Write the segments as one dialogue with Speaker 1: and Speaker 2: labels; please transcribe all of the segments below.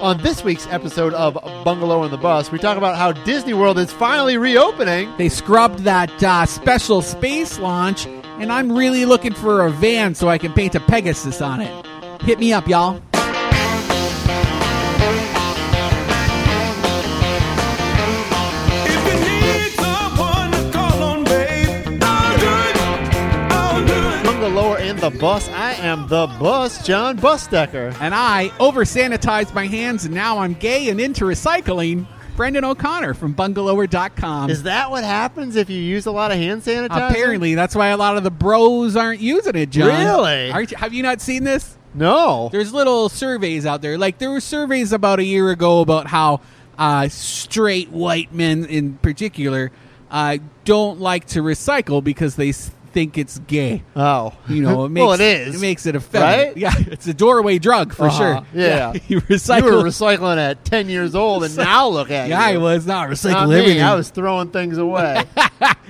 Speaker 1: On this week's episode of Bungalow and the Bus, we talk about how Disney World is finally reopening.
Speaker 2: They scrubbed that uh, special space launch, and I'm really looking for a van so I can paint a Pegasus on it. Hit me up, y'all.
Speaker 3: If you need someone to call on, babe, I'll do it. I'll do it.
Speaker 1: Bungalow and the Bus, I am the bus, John Busdecker.
Speaker 2: And I over sanitized my hands, and now I'm gay and into recycling. Brendan O'Connor from bungalower.com.
Speaker 1: Is that what happens if you use a lot of hand sanitizer?
Speaker 2: Apparently, that's why a lot of the bros aren't using it, John.
Speaker 1: Really?
Speaker 2: Aren't you, have you not seen this?
Speaker 1: No.
Speaker 2: There's little surveys out there. Like there were surveys about a year ago about how uh, straight white men, in particular, uh, don't like to recycle because they s- think it's gay.
Speaker 1: Oh.
Speaker 2: You know, it makes,
Speaker 1: well, it is.
Speaker 2: It makes it effeminate.
Speaker 1: Right?
Speaker 2: Yeah, it's a doorway drug for
Speaker 1: Uh-huh.
Speaker 2: sure.
Speaker 1: Yeah.
Speaker 2: you
Speaker 1: You were
Speaker 2: recycle.
Speaker 1: recycling at 10 years old, and now look at
Speaker 2: yeah, I
Speaker 1: you.
Speaker 2: was not
Speaker 1: Not
Speaker 2: recycling
Speaker 1: me.
Speaker 2: everything.
Speaker 1: I was throwing things away.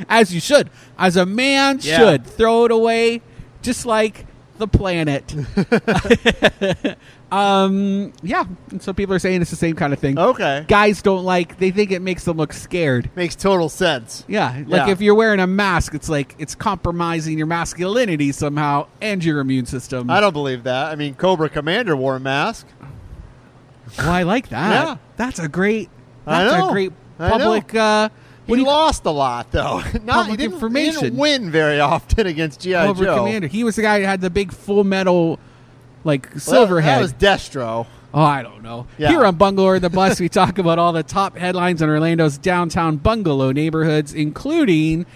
Speaker 2: as you should, as a man
Speaker 1: Yeah.
Speaker 2: should, throw it away, just like the planet. um, yeah. And so people are saying it's the same kind of
Speaker 1: Oh,
Speaker 2: thing.
Speaker 1: okay.
Speaker 2: Guys don't like; they think it makes them look scared.
Speaker 1: Makes total sense.
Speaker 2: Yeah, like
Speaker 1: Yeah.
Speaker 2: if you're wearing a mask, it's like it's compromising your masculinity somehow and your immune system.
Speaker 1: I don't believe that. I mean, Cobra Commander wore a mask.
Speaker 2: Well, I like that.
Speaker 1: Yeah.
Speaker 2: That's a great.
Speaker 1: I
Speaker 2: That's
Speaker 1: know.
Speaker 2: a great
Speaker 1: I know.
Speaker 2: public. Uh,
Speaker 1: He
Speaker 2: what do you call
Speaker 1: lost a lot, though. Not, he
Speaker 2: Public
Speaker 1: didn't, He didn't
Speaker 2: information.
Speaker 1: win very often against GI
Speaker 2: Cobra
Speaker 1: Joe.
Speaker 2: Commander? He was the guy that had the big full metal, like
Speaker 1: Well,
Speaker 2: silver
Speaker 1: That
Speaker 2: head.
Speaker 1: was Destro.
Speaker 2: Oh, I don't know.
Speaker 1: Yeah.
Speaker 2: Here on Bungalow or the Bus, we talk about all the top headlines in Orlando's downtown bungalow neighborhoods, including,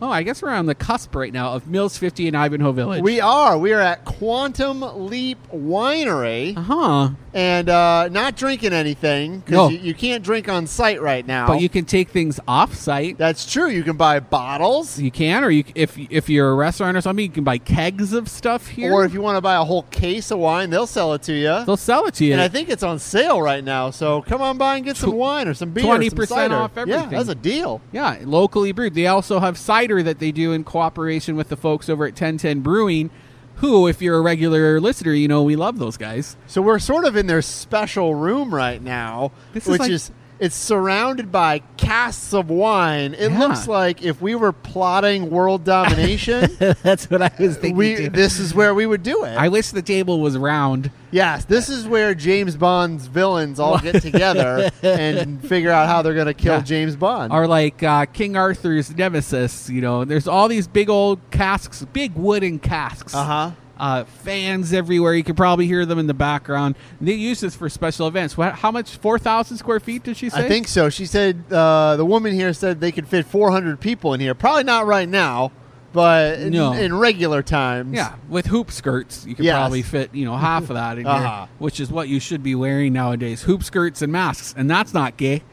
Speaker 2: oh, I guess we're on the cusp right now of Mills 50 and Ivanhoe Village.
Speaker 1: We are. We are at Quantum Leap
Speaker 2: Uh-huh.
Speaker 1: Winery
Speaker 2: huh.
Speaker 1: and uh, not drinking anything because
Speaker 2: No.
Speaker 1: you, you can't drink on site right now.
Speaker 2: But you can take things off site.
Speaker 1: That's true. You can buy bottles,
Speaker 2: You can, or you, if if you're a restaurant or something, you can buy kegs of stuff here.
Speaker 1: or if you want to buy a whole case of wine, they'll sell it to you.
Speaker 2: they'll sell it to you.
Speaker 1: And I think it's on sale right now. So come on by and get some wine or some beer. some
Speaker 2: 20%
Speaker 1: cider.
Speaker 2: off everything.
Speaker 1: Yeah, that's a deal.
Speaker 2: Yeah, locally brewed. They also have cider that they do in cooperation with the folks over at 1010 Brewing, who, if you're a regular listener, you know we love those guys.
Speaker 1: So we're sort of in their special room right now,
Speaker 2: This is
Speaker 1: which
Speaker 2: like-
Speaker 1: is it's surrounded by casks of wine. It
Speaker 2: Yeah.
Speaker 1: looks like if we were plotting world domination,
Speaker 2: That's what I was
Speaker 1: we this is where we would do it.
Speaker 2: I wish the table was round.
Speaker 1: yes, this is where James Bond's villains all get together and figure out how they're going to kill
Speaker 2: Yeah.
Speaker 1: James Bond.
Speaker 2: Or like uh, King Arthur's nemesis, you know. There's all these big old casks, big wooden casks.
Speaker 1: Uh-huh.
Speaker 2: Uh, fans everywhere. You can probably hear them in the background. And they use this for special events. What, how much? Four thousand square feet? Did she say?
Speaker 1: I think so. She said uh, the woman here said they could fit 400 people in here. Probably not right now, but in,
Speaker 2: No.
Speaker 1: in regular times.
Speaker 2: Yeah, with hoop skirts, you could
Speaker 1: Yes.
Speaker 2: probably fit you know half of that in
Speaker 1: Uh-huh.
Speaker 2: here, which is what you should be wearing nowadays: hoop skirts and masks. And that's not gay.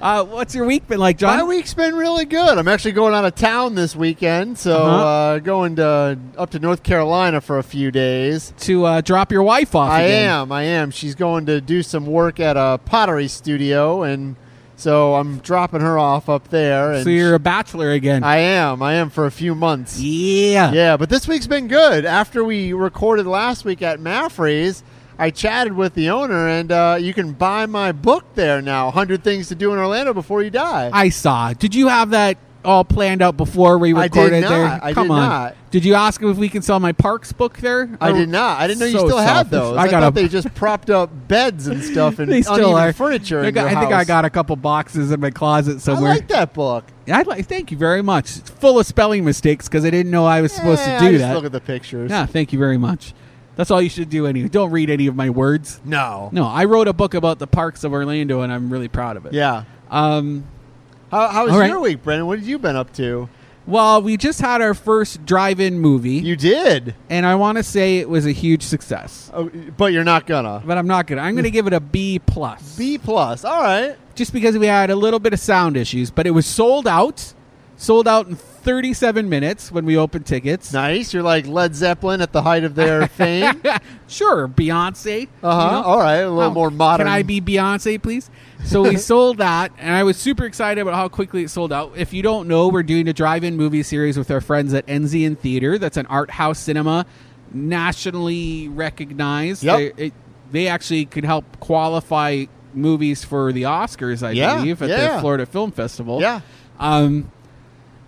Speaker 2: uh, what's your week been like, John?
Speaker 1: My week's been really good. I'm actually going out of town this weekend, so uh
Speaker 2: Uh-huh.
Speaker 1: going to up to North Carolina for a few days.
Speaker 2: to uh, drop your wife off.
Speaker 1: I
Speaker 2: again.
Speaker 1: am, I am. She's going to do some work at a pottery studio, and so I'm dropping her off up there. And
Speaker 2: So you're a bachelor again.
Speaker 1: I am, I am for a few months.
Speaker 2: yeah.
Speaker 1: Yeah, but this week's been good. After we recorded last week at Maffrey's, I chatted with the owner, and uh, you can buy my book there now 100 Things to Do in Orlando Before You Die.
Speaker 2: I saw. Did you have that all planned out before we
Speaker 1: I did
Speaker 2: recorded
Speaker 1: not.
Speaker 2: there?
Speaker 1: I
Speaker 2: Come
Speaker 1: did
Speaker 2: on.
Speaker 1: not.
Speaker 2: Did you ask him if we can sell my parks book there? Oh,
Speaker 1: I
Speaker 2: Or-
Speaker 1: did not. I didn't know you
Speaker 2: So
Speaker 1: still had
Speaker 2: selfish.
Speaker 1: those.
Speaker 2: I
Speaker 1: I,
Speaker 2: got
Speaker 1: thought
Speaker 2: a-
Speaker 1: they just propped up beds and stuff and
Speaker 2: They
Speaker 1: uneven
Speaker 2: still are
Speaker 1: furniture.
Speaker 2: I
Speaker 1: in your
Speaker 2: got- I think I
Speaker 1: house.
Speaker 2: got a couple boxes in my closet
Speaker 1: I
Speaker 2: somewhere.
Speaker 1: like that book.
Speaker 2: I like. Thank you very much. It's full of spelling mistakes because I didn't know I was supposed
Speaker 1: Eh,
Speaker 2: to
Speaker 1: I
Speaker 2: do
Speaker 1: just
Speaker 2: that.
Speaker 1: Look at the pictures.
Speaker 2: Yeah. Thank you very much. That's all you should do anyway. Don't read any of my words.
Speaker 1: No.
Speaker 2: No, I wrote a book about the parks of Orlando, and I'm really proud of it.
Speaker 1: Yeah.
Speaker 2: Um,
Speaker 1: How, how was
Speaker 2: All right.
Speaker 1: your week, Brendan? What have you been up to?
Speaker 2: well, we just had our first drive-in movie.
Speaker 1: You did,
Speaker 2: and I want to say it was a huge success.
Speaker 1: oh, but you're not gonna.
Speaker 2: But I'm not gonna. I'm gonna give it a B plus,
Speaker 1: B plus. All right.
Speaker 2: just because we had a little bit of sound issues. But it was sold out, sold out in 37 minutes when we opened tickets.
Speaker 1: Nice. You're like Led Zeppelin at the height of their fame. Uh
Speaker 2: sure, Beyonce.
Speaker 1: huh. All right. A little more modern.
Speaker 2: Can I be Beyonce, please? So we sold that, and I was super excited about how quickly it sold out. If you don't know, we're doing a drive-in movie series with our friends at Enzian Theater. That's an art house cinema, nationally recognized.
Speaker 1: Yep.
Speaker 2: They, it, they actually could help qualify movies for the Oscars, I
Speaker 1: Yeah,
Speaker 2: believe, at
Speaker 1: yeah.
Speaker 2: the Florida Film Festival.
Speaker 1: Yeah.
Speaker 2: Um,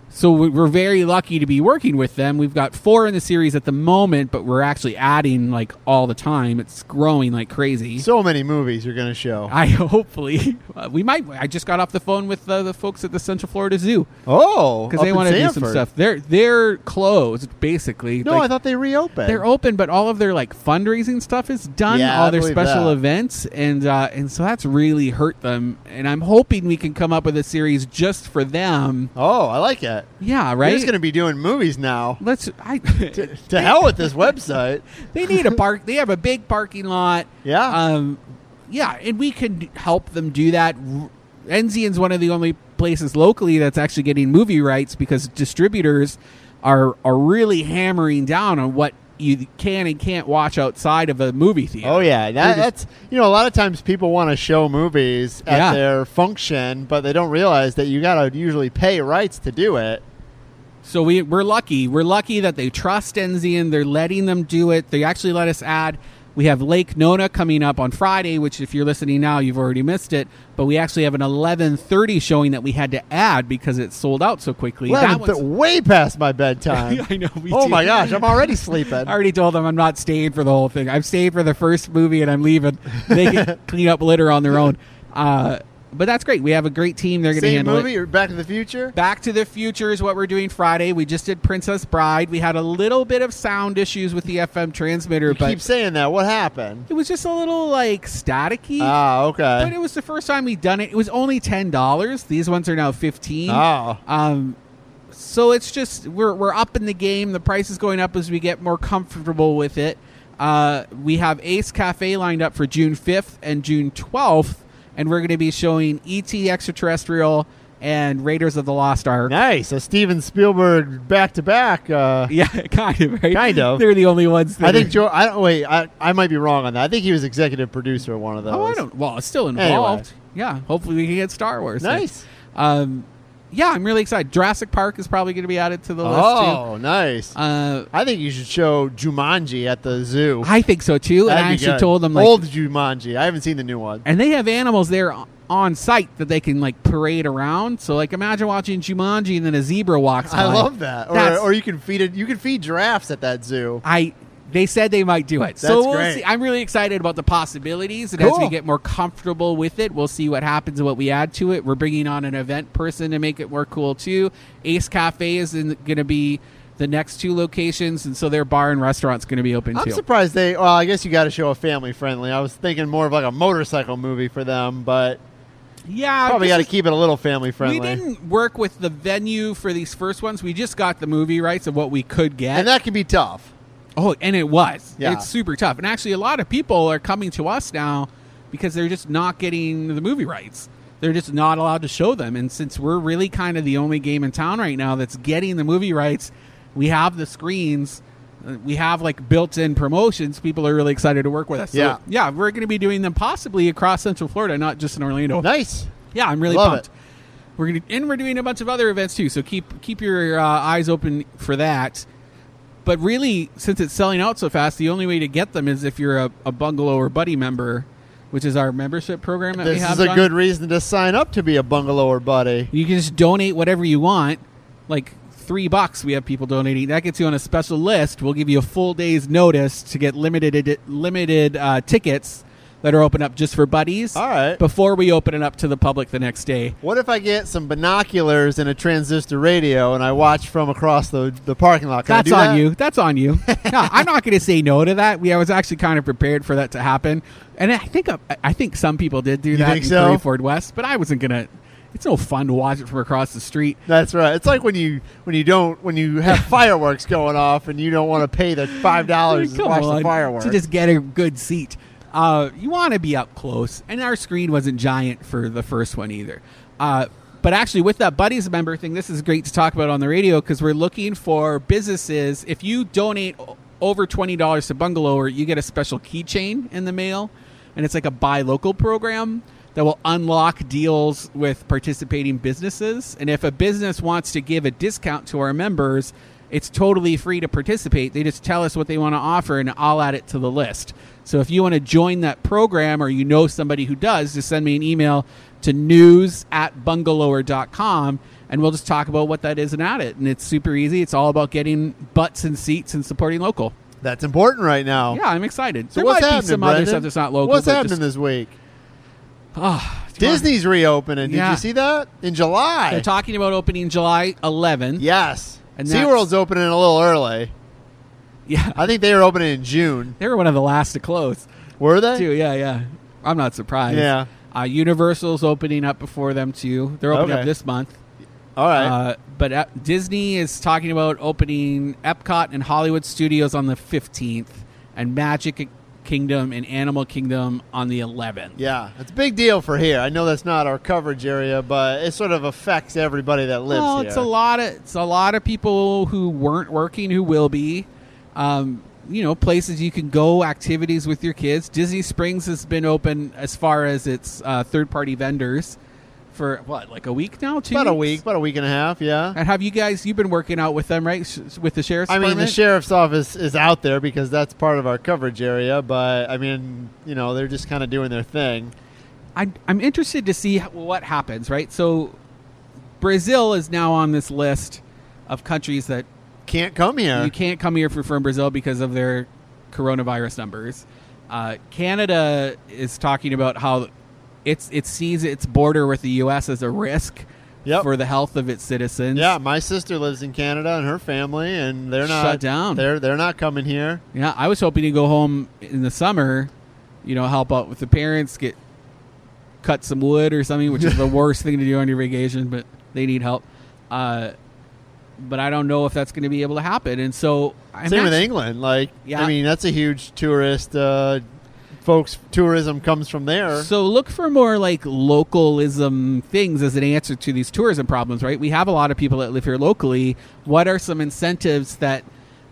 Speaker 2: so we- we're very lucky to be working with them. We've got four in the series at the moment, but we're actually adding like all the time. It's growing like crazy.
Speaker 1: So many movies you're going to show.
Speaker 2: I hopefully uh, we might. I just got off the phone with uh, the folks at the Central Florida Zoo
Speaker 1: oh,
Speaker 2: because they
Speaker 1: want to
Speaker 2: do some stuff. They're they're closed basically.
Speaker 1: No,
Speaker 2: Like,
Speaker 1: I thought they reopened.
Speaker 2: they're open, but all of their like fundraising stuff is done.
Speaker 1: Yeah, I
Speaker 2: all their
Speaker 1: believe
Speaker 2: special
Speaker 1: that.
Speaker 2: events and uh, and so that's really hurt them. And I'm hoping we can come up with a series just for them.
Speaker 1: oh, I like it.
Speaker 2: Yeah,
Speaker 1: Right?
Speaker 2: right.
Speaker 1: You're just going to be doing movies now.
Speaker 2: Let's. I,
Speaker 1: to hell with this website.
Speaker 2: they need a park. They have a big parking lot.
Speaker 1: Yeah.
Speaker 2: Um, yeah, and we can help them do that. Enzian's one of the only places locally that's actually getting movie rights because distributors are are really hammering down on what you can and can't watch outside of a movie theater.
Speaker 1: Oh yeah, that,
Speaker 2: They're
Speaker 1: that's you know a lot of times people want to show movies at
Speaker 2: Yeah.
Speaker 1: their function, but they don't realize that you got to usually pay rights to do it.
Speaker 2: So we, we're lucky. We're lucky that they trust Enzian. They're letting them do it. They actually let us add. We have Lake Nona coming up on Friday, which if you're listening now, you've already missed it. But we actually have an 11:30 showing that we had to add because it sold out so quickly. That
Speaker 1: Eleven, th-
Speaker 2: one's-
Speaker 1: way past my bedtime.
Speaker 2: I know. We
Speaker 1: oh
Speaker 2: did.
Speaker 1: my gosh, I'm already sleeping.
Speaker 2: I already told them I'm not staying for the whole thing. I'm staying for the first movie and I'm leaving. They can clean up litter on their own. Uh, but that's great. We have a great team. They're going to
Speaker 1: Same
Speaker 2: handle it.
Speaker 1: movie or Back to the Future?
Speaker 2: Back to the Future is what we're doing Friday. We just did Princess Bride. We had a little bit of sound issues with the FM transmitter,
Speaker 1: You
Speaker 2: but
Speaker 1: keep saying that. What happened?
Speaker 2: it was just a little like staticky.
Speaker 1: Ah,
Speaker 2: but it
Speaker 1: okay.
Speaker 2: was the first time we'd done it. It was only ten dollars. These ones are now fifteen.
Speaker 1: Oh,
Speaker 2: Um, so it's just we're we're up in the game. The price is going up as we get more comfortable with it. Uh, we have Ace Cafe lined up for June fifth and June twelfth, and we're going to be showing ET Extraterrestrial and Raiders of the Lost Ark.
Speaker 1: nice. So Steven Spielberg back to back. uh,
Speaker 2: Yeah, kind of, right?
Speaker 1: Kind of.
Speaker 2: They're the only ones. That
Speaker 1: I think Joe. I don't wait. I, I might be wrong on that. I think he was executive producer of one of those.
Speaker 2: Oh, I don't. Well, it's still involved. Yeah. Hopefully, we can get Star Wars.
Speaker 1: Nice.
Speaker 2: Um, yeah, I'm really excited. Jurassic Park is probably going to be added to the list
Speaker 1: Oh, nice.
Speaker 2: too. Uh,
Speaker 1: I think you should show Jumanji at the zoo.
Speaker 2: I think so too.
Speaker 1: That'd
Speaker 2: and I
Speaker 1: be
Speaker 2: actually
Speaker 1: good.
Speaker 2: told them like,
Speaker 1: old Jumanji. I haven't seen the new one.
Speaker 2: and they have animals there o- on site that they can like parade around. So like, imagine watching Jumanji and then a zebra walks.
Speaker 1: I
Speaker 2: by.
Speaker 1: love that. Or,
Speaker 2: That's-
Speaker 1: or you can feed it. You can feed giraffes at that zoo.
Speaker 2: I they said they might do it. so
Speaker 1: That's
Speaker 2: we'll
Speaker 1: great.
Speaker 2: see. I'm really excited about the possibilities, and as we
Speaker 1: Cool.
Speaker 2: get more comfortable with it, we'll see what happens and what we add to it. We're bringing on an event person to make it more cool too. Ace Cafe is going to be the next two locations, and so their bar and restaurant's going to be open
Speaker 1: I'm
Speaker 2: too.
Speaker 1: surprised they. Well, I guess you got to show a family friendly. I was thinking more of like a motorcycle movie for them, but
Speaker 2: yeah,
Speaker 1: probably
Speaker 2: this
Speaker 1: got to
Speaker 2: is-
Speaker 1: keep it a little family
Speaker 2: We
Speaker 1: friendly.
Speaker 2: didn't work with the venue for these first ones. We just got the movie rights of what we could get.
Speaker 1: and that can be tough.
Speaker 2: Oh, and it was.
Speaker 1: Yeah.
Speaker 2: It's super tough. And actually, a lot of people are coming to us now because they're just not getting the movie rights. They're just not allowed to show them. And since we're really kind of the only game in town right now that's getting the movie rights, we have the screens. uh, We have like built-in promotions. People are really excited to work with us. So,
Speaker 1: Yeah.
Speaker 2: yeah, we're going to be doing them possibly across Central Florida, not just in Orlando.
Speaker 1: Nice.
Speaker 2: Yeah, I'm really
Speaker 1: Love
Speaker 2: pumped.
Speaker 1: it.
Speaker 2: We're gonna and we're doing a bunch of other events too. So keep keep your uh, eyes open for that. But really, since it's selling out so fast, the only way to get them is if you're a, a bungalow or buddy member, which is our membership program. That we
Speaker 1: This
Speaker 2: have
Speaker 1: is a
Speaker 2: John.
Speaker 1: good reason to sign up to be a bungalower buddy.
Speaker 2: You can just donate whatever you want, like three bucks. We have people donating. That gets you on a special list. We'll give you a full day's notice to get limited edi- limited uh, tickets that are open up just for buddies.
Speaker 1: All right.
Speaker 2: Before we open it up to the public the next day.
Speaker 1: What if I get some binoculars and a transistor radio and I watch from across the, the parking lot? Can I
Speaker 2: That's
Speaker 1: do
Speaker 2: on
Speaker 1: that?
Speaker 2: you. That's on you. No, I'm not going to say no to that. We, I was actually kind of prepared for that to happen, and I think I, I think some people did do that
Speaker 1: think
Speaker 2: in
Speaker 1: so?
Speaker 2: Three Ford West, but I wasn't going to. It's no fun to watch it from across the street.
Speaker 1: That's right. It's like when you when you don't when you have fireworks going off and you don't want to pay the five dollars to
Speaker 2: Come
Speaker 1: watch
Speaker 2: on,
Speaker 1: the fireworks.
Speaker 2: to just get a good seat. Uh, you want to be up close, and our screen wasn't giant for the first one either. Uh, but actually, with that buddies member thing, this is great to talk about on the radio because we're looking for businesses. If you donate o- over twenty dollars to Bungalower, you get a special keychain in the mail, and it's like a buy local program that will unlock deals with participating businesses. And if a business wants to give a discount to our members, It's totally free to participate. They just tell us what they want to offer and I'll add it to the list. So if you want to join that program or you know somebody who does, just send me an email to news at bungalower.com and we'll just talk about what that is and add it. And it's super easy. It's all about getting butts and seats and supporting local.
Speaker 1: That's important right now.
Speaker 2: Yeah, I'm excited.
Speaker 1: Oh. So
Speaker 2: there
Speaker 1: what's
Speaker 2: might
Speaker 1: happening,
Speaker 2: be some
Speaker 1: Brendan?
Speaker 2: other stuff that's not local.
Speaker 1: What's
Speaker 2: but
Speaker 1: happening
Speaker 2: just-
Speaker 1: this week?
Speaker 2: Ah, it's fun.
Speaker 1: Disney's reopening. Did
Speaker 2: Yeah.
Speaker 1: you see that in July?
Speaker 2: They're talking about opening July 11.
Speaker 1: yes.
Speaker 2: And that's-
Speaker 1: SeaWorld's opening a little early.
Speaker 2: Yeah.
Speaker 1: I think they were opening in June.
Speaker 2: They were one of the last to close,
Speaker 1: Were they?
Speaker 2: too. Yeah, yeah. I'm not surprised.
Speaker 1: Yeah.
Speaker 2: Uh, Universal's opening up before them, too. They're opening
Speaker 1: Okay.
Speaker 2: up this month.
Speaker 1: All right.
Speaker 2: Uh, but uh, Disney is talking about opening Epcot and Hollywood Studios on the 15th, and Magic Kingdom and Animal Kingdom on the 11th.
Speaker 1: yeah, it's a big deal for here. I know that's not our coverage area, but it sort of affects everybody that lives
Speaker 2: well,
Speaker 1: here.
Speaker 2: it's a lot of it's a lot of people who weren't working who will be. Um, you know, places you can go, activities with your kids. Disney Springs has been open as far as its uh, third party vendors for what, like a week now? Two
Speaker 1: about a
Speaker 2: weeks?
Speaker 1: week, about a week and a half. Yeah.
Speaker 2: And have you guys? You've been working out with them, right? Sh- with the sheriff's.
Speaker 1: I mean, the
Speaker 2: department?
Speaker 1: sheriff's office is out there because that's part of our coverage area. But I mean, you know, they're just kind of doing their thing.
Speaker 2: I'm, I'm interested to see h- what happens, right? So, Brazil is now on this list of countries that
Speaker 1: Can't come here.
Speaker 2: you can't come here for, from Brazil because of their coronavirus numbers. Uh, Canada is talking about how it's it sees its border with the U.S. as a risk
Speaker 1: Yep.
Speaker 2: for the health of its citizens.
Speaker 1: Yeah, my sister lives in Canada and her family, and they're not
Speaker 2: Shut down.
Speaker 1: They're they're not coming here.
Speaker 2: yeah. I was hoping to go home in the summer, you know, help out with the parents, get cut some wood or something, which is the worst thing to do on your vacation, but they need help. Uh, but I don't know if that's going to be able to happen, and so I'm
Speaker 1: Same with
Speaker 2: actu-
Speaker 1: England. Like,
Speaker 2: Yeah.
Speaker 1: I mean, that's a huge tourist. Uh, folks, tourism comes from there.
Speaker 2: So look for more like localism things as an answer to these tourism problems, right? We have a lot of people that live here locally. What are some incentives that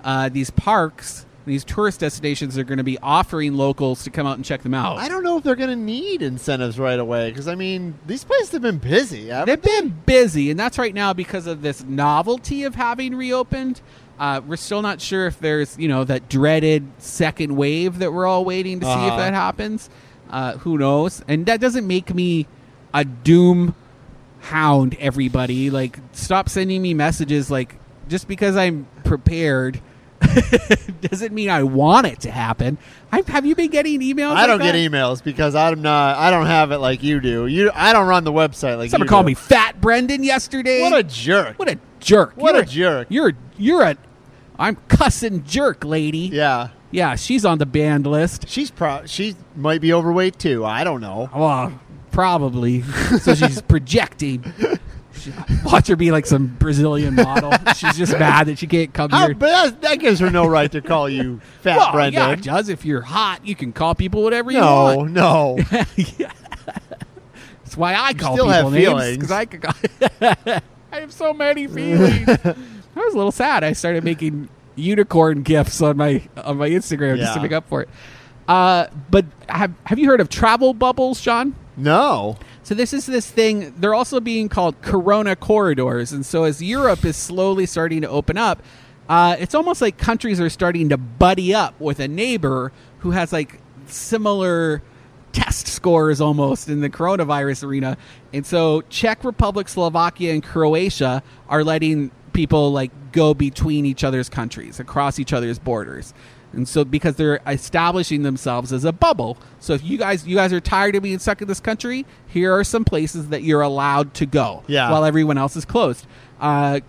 Speaker 2: uh, these parks, these tourist destinations, are going to be offering locals to come out and check them out?
Speaker 1: I don't know if they're going to need incentives right away because I mean, these places have been busy. haven't
Speaker 2: They've been busy, and that's right now because of this novelty of having reopened. Uh, we're still not sure if there's, you know, that dreaded second wave that we're all waiting to see if
Speaker 1: Uh-huh.
Speaker 2: that happens. Uh, who knows? And that doesn't make me a doom hound, everybody. Like, stop sending me messages. Like, just because I'm prepared doesn't mean I want it to happen. I, have you been getting emails?
Speaker 1: I don't
Speaker 2: like
Speaker 1: get
Speaker 2: that?
Speaker 1: emails because I'm not. I don't have it like you do. You, I don't run the website like
Speaker 2: Someone
Speaker 1: you
Speaker 2: called
Speaker 1: do.
Speaker 2: me fat Brendan yesterday.
Speaker 1: What a jerk!
Speaker 2: What a jerk!
Speaker 1: What
Speaker 2: You're
Speaker 1: a jerk.
Speaker 2: You're you're a I'm cussing jerk, lady.
Speaker 1: yeah,
Speaker 2: Yeah, she's on the banned list.
Speaker 1: she's pro. She might be overweight too. I don't know.
Speaker 2: Well, Oh, probably. so she's projecting. She- Watch her be like some Brazilian model. she's just mad that she can't come
Speaker 1: How,
Speaker 2: here.
Speaker 1: but that, that gives her no right to call you fat,
Speaker 2: well,
Speaker 1: Brendan.
Speaker 2: yeah, it does. If you're hot, you can call people whatever you
Speaker 1: no,
Speaker 2: want.
Speaker 1: no.
Speaker 2: That's why I call
Speaker 1: still
Speaker 2: people
Speaker 1: have
Speaker 2: names,
Speaker 1: feelings.
Speaker 2: 'cause I could. call- I have so many feelings. I was a little sad. I started making unicorn gifts on my on my Instagram just to
Speaker 1: Yeah.
Speaker 2: make up for it. Uh, but have have you heard of travel bubbles, Sean?
Speaker 1: No.
Speaker 2: So this is this thing. They're also being called Corona corridors, and so as Europe is slowly starting to open up, uh, it's almost like countries are starting to buddy up with a neighbor who has like similar test scores almost in the coronavirus arena. And so Czech Republic, Slovakia, and Croatia are letting people like go between each other's countries, across each other's borders. And so because they're establishing themselves as a bubble. So if you guys you guys are tired of being stuck in this country, here are some places that you're allowed to go
Speaker 1: Yeah.
Speaker 2: while everyone else is closed. Uh,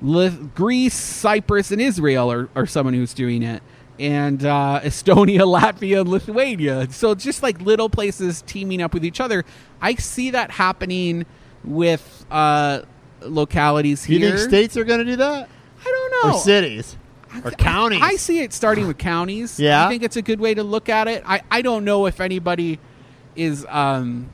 Speaker 2: Liv- Greece, Cyprus, and Israel are, are someone who's doing it. And uh, Estonia, Latvia, and Lithuania. So it's just like little places teaming up with each other. I see that happening with uh, localities
Speaker 1: Do you
Speaker 2: here.
Speaker 1: think states are going to do that?
Speaker 2: I don't know.
Speaker 1: Or cities? Or counties?
Speaker 2: I see it starting with counties.
Speaker 1: Yeah.
Speaker 2: I think it's a good way to look at it. I, I don't know if anybody is um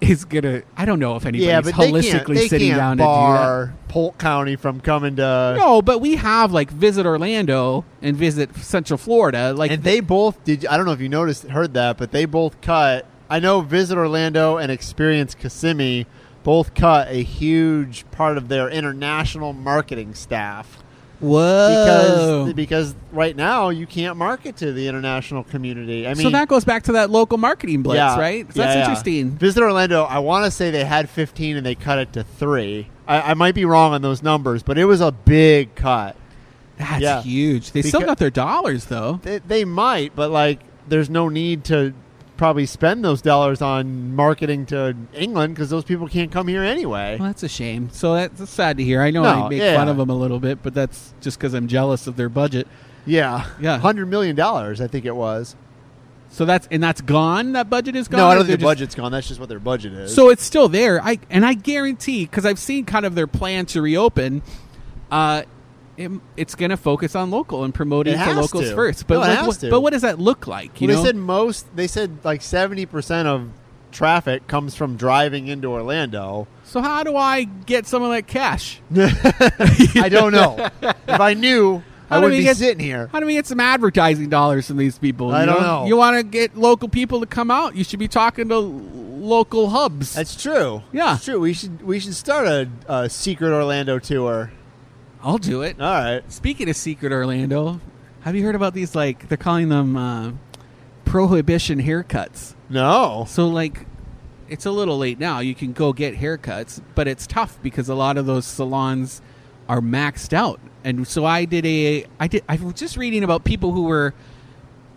Speaker 2: is gonna. I don't know if anybody's
Speaker 1: yeah, but they can't,
Speaker 2: holistically
Speaker 1: they
Speaker 2: sitting
Speaker 1: can't
Speaker 2: down to do that.
Speaker 1: bar Polk County from coming to.
Speaker 2: No, but we have like visit Orlando and visit Central Florida. Like
Speaker 1: And they both did. I don't know if you noticed, heard that, but they both cut. I know Visit Orlando and Experience Kissimmee both cut a huge part of their international marketing staff
Speaker 2: Whoa.
Speaker 1: because
Speaker 2: Oh.
Speaker 1: because right now you can't market to the international community. I mean,
Speaker 2: so that goes back to that local marketing blitz, right? So that's
Speaker 1: yeah, yeah.
Speaker 2: interesting.
Speaker 1: Visit Orlando. I want to say they had 15 and they cut it to three. I, I might be wrong on those numbers, but it was a big cut.
Speaker 2: That's
Speaker 1: Yeah.
Speaker 2: huge. They still
Speaker 1: Becau-
Speaker 2: got their dollars though.
Speaker 1: They, they might, but like, there's no need to probably spend those dollars on marketing to England because those people can't come here anyway.
Speaker 2: Well, that's a shame. So that's, that's sad to hear. I know I
Speaker 1: No,
Speaker 2: make
Speaker 1: yeah.
Speaker 2: fun of them a little bit, but that's just because I'm jealous of their budget.
Speaker 1: Yeah,
Speaker 2: Yeah.
Speaker 1: hundred million dollars, I think it was.
Speaker 2: So that's and that's gone. That budget is gone.
Speaker 1: no, I
Speaker 2: or
Speaker 1: don't think
Speaker 2: they're
Speaker 1: the
Speaker 2: just-
Speaker 1: budget's gone. That's just what their budget is.
Speaker 2: So it's still there. I and I guarantee because I've seen kind of their plan to reopen. Uh, it, it's going to focus on local and promoting
Speaker 1: It
Speaker 2: to
Speaker 1: has
Speaker 2: locals
Speaker 1: to.
Speaker 2: first. But
Speaker 1: No, it
Speaker 2: like,
Speaker 1: has
Speaker 2: what,
Speaker 1: to.
Speaker 2: but what does that look like? You
Speaker 1: Well,
Speaker 2: know,
Speaker 1: they said most. They said like seventy percent of traffic comes from driving into Orlando.
Speaker 2: so how do I get some of that cash?
Speaker 1: I don't know. if I knew,
Speaker 2: How
Speaker 1: I
Speaker 2: do
Speaker 1: would
Speaker 2: we
Speaker 1: be
Speaker 2: get-
Speaker 1: sitting here.
Speaker 2: How do we get some advertising dollars from these people?
Speaker 1: I
Speaker 2: you
Speaker 1: don't know.
Speaker 2: You want to get local people to come out? You should be talking to local hubs.
Speaker 1: That's true.
Speaker 2: Yeah.
Speaker 1: it's true. We should we should start a, a secret Orlando tour.
Speaker 2: I'll do it.
Speaker 1: All right.
Speaker 2: Speaking of Secret Orlando, have you heard about these? Like they're calling them uh, prohibition haircuts.
Speaker 1: No.
Speaker 2: So like it's a little late now. You can go get haircuts, but it's tough because a lot of those salons are maxed out. And so I did a I did I was just reading about people who were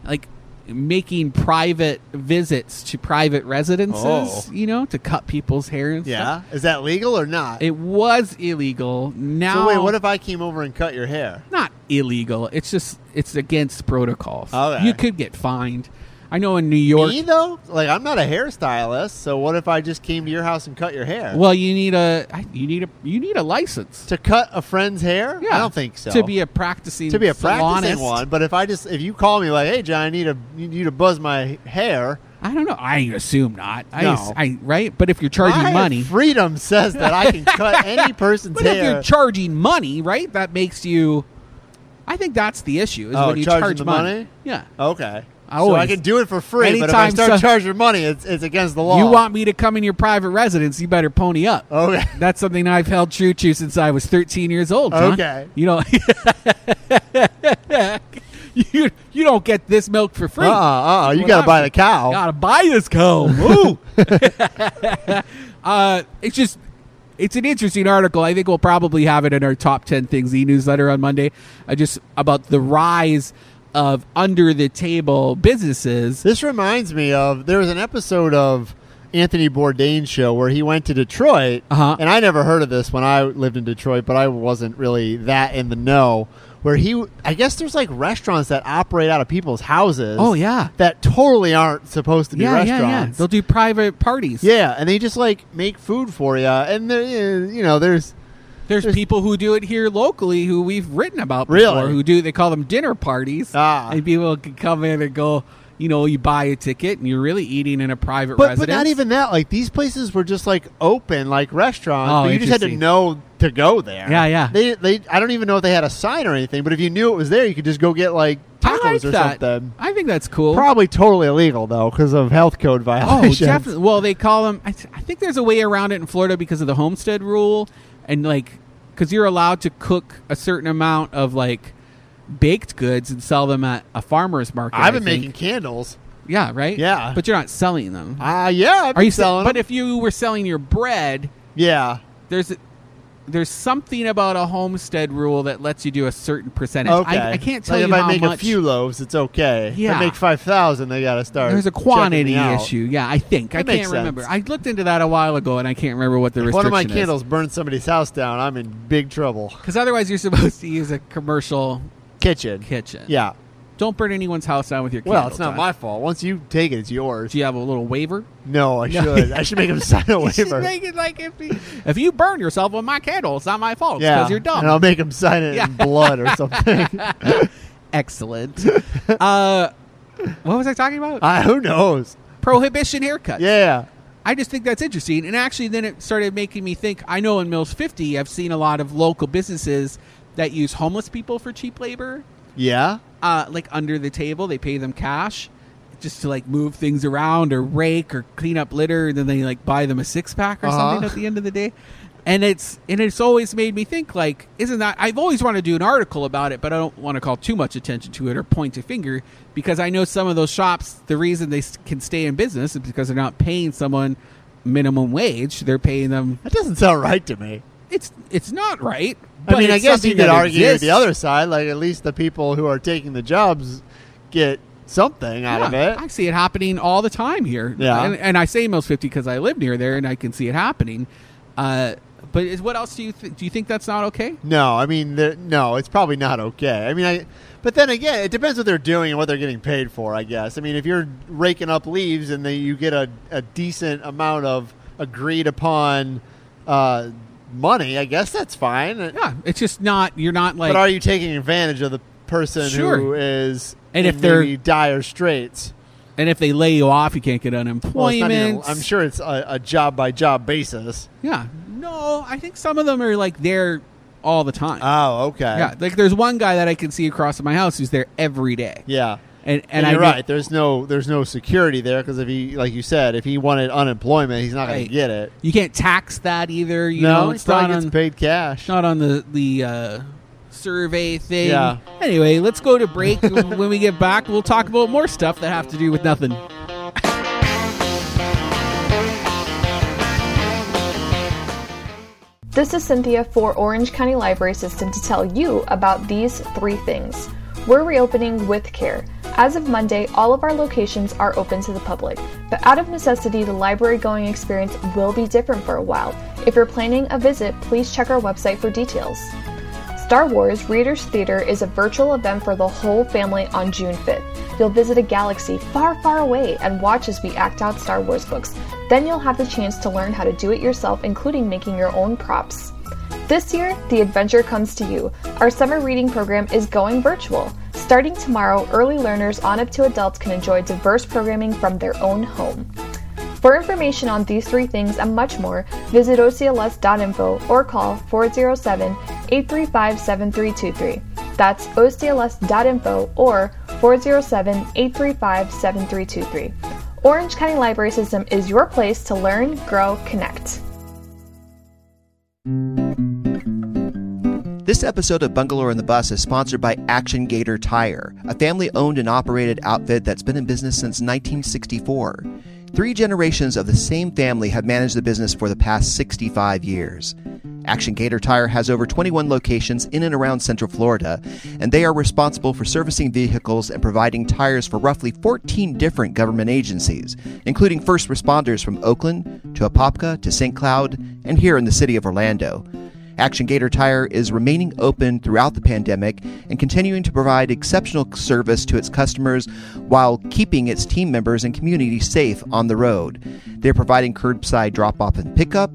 Speaker 2: like making private visits to private residences,
Speaker 1: Oh.
Speaker 2: you know, to cut people's hair and
Speaker 1: Yeah.
Speaker 2: stuff.
Speaker 1: Is that legal or not?
Speaker 2: It was illegal. Now
Speaker 1: so wait, what if I came over and cut your hair?
Speaker 2: not illegal. It's just it's against protocols.
Speaker 1: Okay.
Speaker 2: You could get fined. I know in New York
Speaker 1: Me though, like I'm not a hairstylist. So what if I just came to your house and cut your hair?
Speaker 2: Well, you need a I- you need a you need a license.
Speaker 1: to cut a friend's hair?
Speaker 2: Yeah,
Speaker 1: I don't think so.
Speaker 2: To be a practicing
Speaker 1: to be a practicing
Speaker 2: salonist.
Speaker 1: one, but if I just if you call me like, hey John, I need a you need to buzz my hair.
Speaker 2: I don't know. I assume not. I,
Speaker 1: No.
Speaker 2: ass- I right, but if you're charging
Speaker 1: my
Speaker 2: money,
Speaker 1: freedom says that I can cut any person's
Speaker 2: but if
Speaker 1: hair.
Speaker 2: you're charging money, right, that makes you. I think that's the issue is
Speaker 1: Oh,
Speaker 2: when you
Speaker 1: charging
Speaker 2: charge
Speaker 1: the money?
Speaker 2: Yeah,
Speaker 1: okay,
Speaker 2: I
Speaker 1: so I
Speaker 2: always-
Speaker 1: can do it for free, but if I
Speaker 2: Anytime
Speaker 1: start
Speaker 2: so-
Speaker 1: charging money, it's it's against the law.
Speaker 2: you want me to come in your private residence, you better pony up.
Speaker 1: okay?
Speaker 2: That's something I've held true to since I was 13 years old. John.
Speaker 1: Okay.
Speaker 2: you know, you you don't get this milk for
Speaker 1: Uh
Speaker 2: free.
Speaker 1: uh uh. You
Speaker 2: Well,
Speaker 1: got
Speaker 2: I-
Speaker 1: to buy the cow.
Speaker 2: Gotta buy this comb. Ooh. uh, it's just, it's an interesting article. I think we'll probably have it in our top 10 things e newsletter on Monday. I just about the rise of under the table businesses.
Speaker 1: This reminds me of there was an episode of Anthony Bourdain show where he went to Detroit,
Speaker 2: Uh-huh.
Speaker 1: and I never heard of this when I lived in Detroit, but I wasn't really that in the know. Where he, I guess there's like restaurants that operate out of people's houses.
Speaker 2: Oh, yeah.
Speaker 1: that totally aren't supposed to be
Speaker 2: Yeah, yeah, yeah.
Speaker 1: restaurants.
Speaker 2: They'll do private parties.
Speaker 1: Yeah, and they just like make food for you, and there, eh, you know, there's
Speaker 2: There's,
Speaker 1: There's-
Speaker 2: people who do it here locally who we've written about before
Speaker 1: Really?
Speaker 2: who do they call them dinner parties.
Speaker 1: Ah.
Speaker 2: And people can come in and go, you know, you buy a ticket and you're really eating in a private
Speaker 1: but
Speaker 2: residence.
Speaker 1: but not even that. Like these places were just like open, like restaurants.
Speaker 2: Oh,
Speaker 1: but you just had to
Speaker 2: interesting.
Speaker 1: know to go there.
Speaker 2: Yeah, yeah.
Speaker 1: They they I don't even know if they had a sign or anything, but if you knew it was there, you could just go get like
Speaker 2: I
Speaker 1: tacos
Speaker 2: like
Speaker 1: or
Speaker 2: that.
Speaker 1: something.
Speaker 2: I think that's cool.
Speaker 1: Probably totally illegal though because of health code
Speaker 2: Oh,
Speaker 1: violations.
Speaker 2: definitely. Well, they call them. I, th- I think there's a way around it in Florida because of the homestead rule, and like because you're allowed to cook a certain amount of like baked goods and sell them at a farmer's market.
Speaker 1: I've
Speaker 2: I
Speaker 1: been
Speaker 2: think.
Speaker 1: making candles.
Speaker 2: yeah, right,
Speaker 1: Yeah.
Speaker 2: but you're not selling them.
Speaker 1: Ah, yeah. I've
Speaker 2: Are
Speaker 1: been selling?
Speaker 2: you selling? But
Speaker 1: them.
Speaker 2: if you were selling your bread,
Speaker 1: yeah.
Speaker 2: there's there's something about a homestead rule that lets you do a certain percentage.
Speaker 1: Okay.
Speaker 2: I, I can't tell
Speaker 1: like
Speaker 2: you
Speaker 1: if
Speaker 2: how
Speaker 1: I make
Speaker 2: much.
Speaker 1: a few loaves, it's okay. If
Speaker 2: Yeah.
Speaker 1: I make five thousand, they got to start.
Speaker 2: there's a
Speaker 1: checking me
Speaker 2: quantity
Speaker 1: out.
Speaker 2: issue. Yeah, I think I
Speaker 1: That makes
Speaker 2: can't
Speaker 1: sense.
Speaker 2: remember. I looked into that a while ago, and I can't remember what the
Speaker 1: If one
Speaker 2: restriction
Speaker 1: of my
Speaker 2: is.
Speaker 1: candles burns somebody's house down, I'm in big trouble.
Speaker 2: Because otherwise, you're supposed to use a commercial
Speaker 1: Kitchen.
Speaker 2: kitchen.
Speaker 1: Yeah.
Speaker 2: Don't burn anyone's house down with your.
Speaker 1: Well,
Speaker 2: candle,
Speaker 1: it's not
Speaker 2: John.
Speaker 1: my fault. Once you take it, it's yours.
Speaker 2: Do you have a little waiver?
Speaker 1: No, I should. I should make him sign a
Speaker 2: You should
Speaker 1: waiver.
Speaker 2: make it like if you, if you burn yourself on my candle, it's not my fault.
Speaker 1: Yeah,
Speaker 2: because you're dumb.
Speaker 1: And I'll make him sign it
Speaker 2: Yeah.
Speaker 1: in blood or something.
Speaker 2: Excellent. uh, what was I talking about?
Speaker 1: I, who knows?
Speaker 2: Prohibition haircuts.
Speaker 1: Yeah.
Speaker 2: I just think that's interesting. And actually, then it started making me think. I know in Mills 50, I've seen a lot of local businesses that use homeless people for cheap labor.
Speaker 1: Yeah.
Speaker 2: uh, like under the table. They pay them cash just to like move things around or rake or clean up litter and then they like buy them a six pack or
Speaker 1: Uh-huh.
Speaker 2: something at the end of the day and it's and it's always made me think like isn't that i've always wanted to do an article about it but i don't want to call too much attention to it or point a finger because i know some of those shops the reason they s- can stay in business is because they're not paying someone minimum wage they're paying them
Speaker 1: That doesn't sound right to me.
Speaker 2: it's it's not right
Speaker 1: I mean, I
Speaker 2: it's
Speaker 1: guess you
Speaker 2: something
Speaker 1: could
Speaker 2: that
Speaker 1: argue
Speaker 2: exists.
Speaker 1: the other side. Like, at least the people who are taking the jobs get something out
Speaker 2: Yeah,
Speaker 1: of
Speaker 2: I
Speaker 1: it.
Speaker 2: see it happening all the time here.
Speaker 1: Yeah.
Speaker 2: and, and I say Mills Fifty because I live near there and I can see it happening. Uh, but is, what else do you th- do? You think that's not okay?
Speaker 1: No, I mean, the- no, it's probably not okay. I mean, I. But then again, it depends what they're doing and what they're getting paid for. I guess. I mean, if you're raking up leaves and then you get a, a decent amount of agreed upon uh, money, I guess that's fine.
Speaker 2: Yeah, it's just not. You're not like
Speaker 1: but are you taking advantage of the person who
Speaker 2: Sure.
Speaker 1: is
Speaker 2: And
Speaker 1: in
Speaker 2: if they're-
Speaker 1: maybe dire straits?
Speaker 2: And if they lay you off, you can't get
Speaker 1: Well, it's not even-
Speaker 2: unemployment.
Speaker 1: I'm sure it's a, a job by job basis.
Speaker 2: Yeah. No, I think some of them are like there all the time.
Speaker 1: Oh, okay.
Speaker 2: yeah. Like there's one guy that I can see across my house who's there every day.
Speaker 1: Yeah.
Speaker 2: And and,
Speaker 1: And,
Speaker 2: I
Speaker 1: you're
Speaker 2: get-
Speaker 1: right. There's no there's no security there because if he like you said, if he wanted unemployment, he's not going
Speaker 2: Right.
Speaker 1: to get it.
Speaker 2: You can't tax that either. You
Speaker 1: no,
Speaker 2: know,
Speaker 1: he
Speaker 2: it's not
Speaker 1: probably gets
Speaker 2: on,
Speaker 1: paid cash.
Speaker 2: not on the the uh, survey thing.
Speaker 1: Yeah.
Speaker 2: Anyway, let's go to break. when we get back, we'll talk about more stuff that have to do with nothing.
Speaker 4: This is Cynthia for Orange County Library System to tell you about these three things. We're reopening with care. As of Monday, all of our locations are open to the public, but out of necessity, the library going experience will be different for a while. If you're planning a visit, please check our website for details. Star Wars Readers Theater is a virtual event for the whole family on June 5th. You'll visit a galaxy far, far away and watch as we act out Star Wars books. Then you'll have the chance to learn how to do it yourself, including making your own props. This year, the adventure comes to you. Our summer reading program is going virtual. Starting tomorrow, early learners on up to adults can enjoy diverse programming from their own home. For information on these three things and much more, visit ocls.info or call 407 835 7323. That's ocls.info or 407 835 7323. Orange County Library System is your place to learn, grow, connect.
Speaker 5: This episode of Bungalow on the Bus is sponsored by Action Gator Tire, a family owned and operated outfit that's been in business since 1964. Three generations of the same family have managed the business for the past 65 years. Action Gator Tire has over 21 locations in and around Central Florida, and they are responsible for servicing vehicles and providing tires for roughly 14 different government agencies, including first responders from Oakland to Apopka to St. Cloud and here in the city of Orlando. Action Gator Tire is remaining open throughout the pandemic and continuing to provide exceptional service to its customers while keeping its team members and community safe on the road. They're providing curbside drop off and pickup,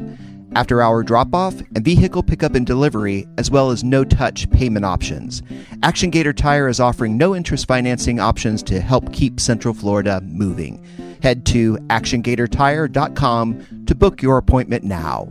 Speaker 5: after hour drop off, and vehicle pickup and delivery, as well as no touch payment options. Action Gator Tire is offering no interest financing options to help keep Central Florida moving. Head to actiongatortire.com to book your appointment now.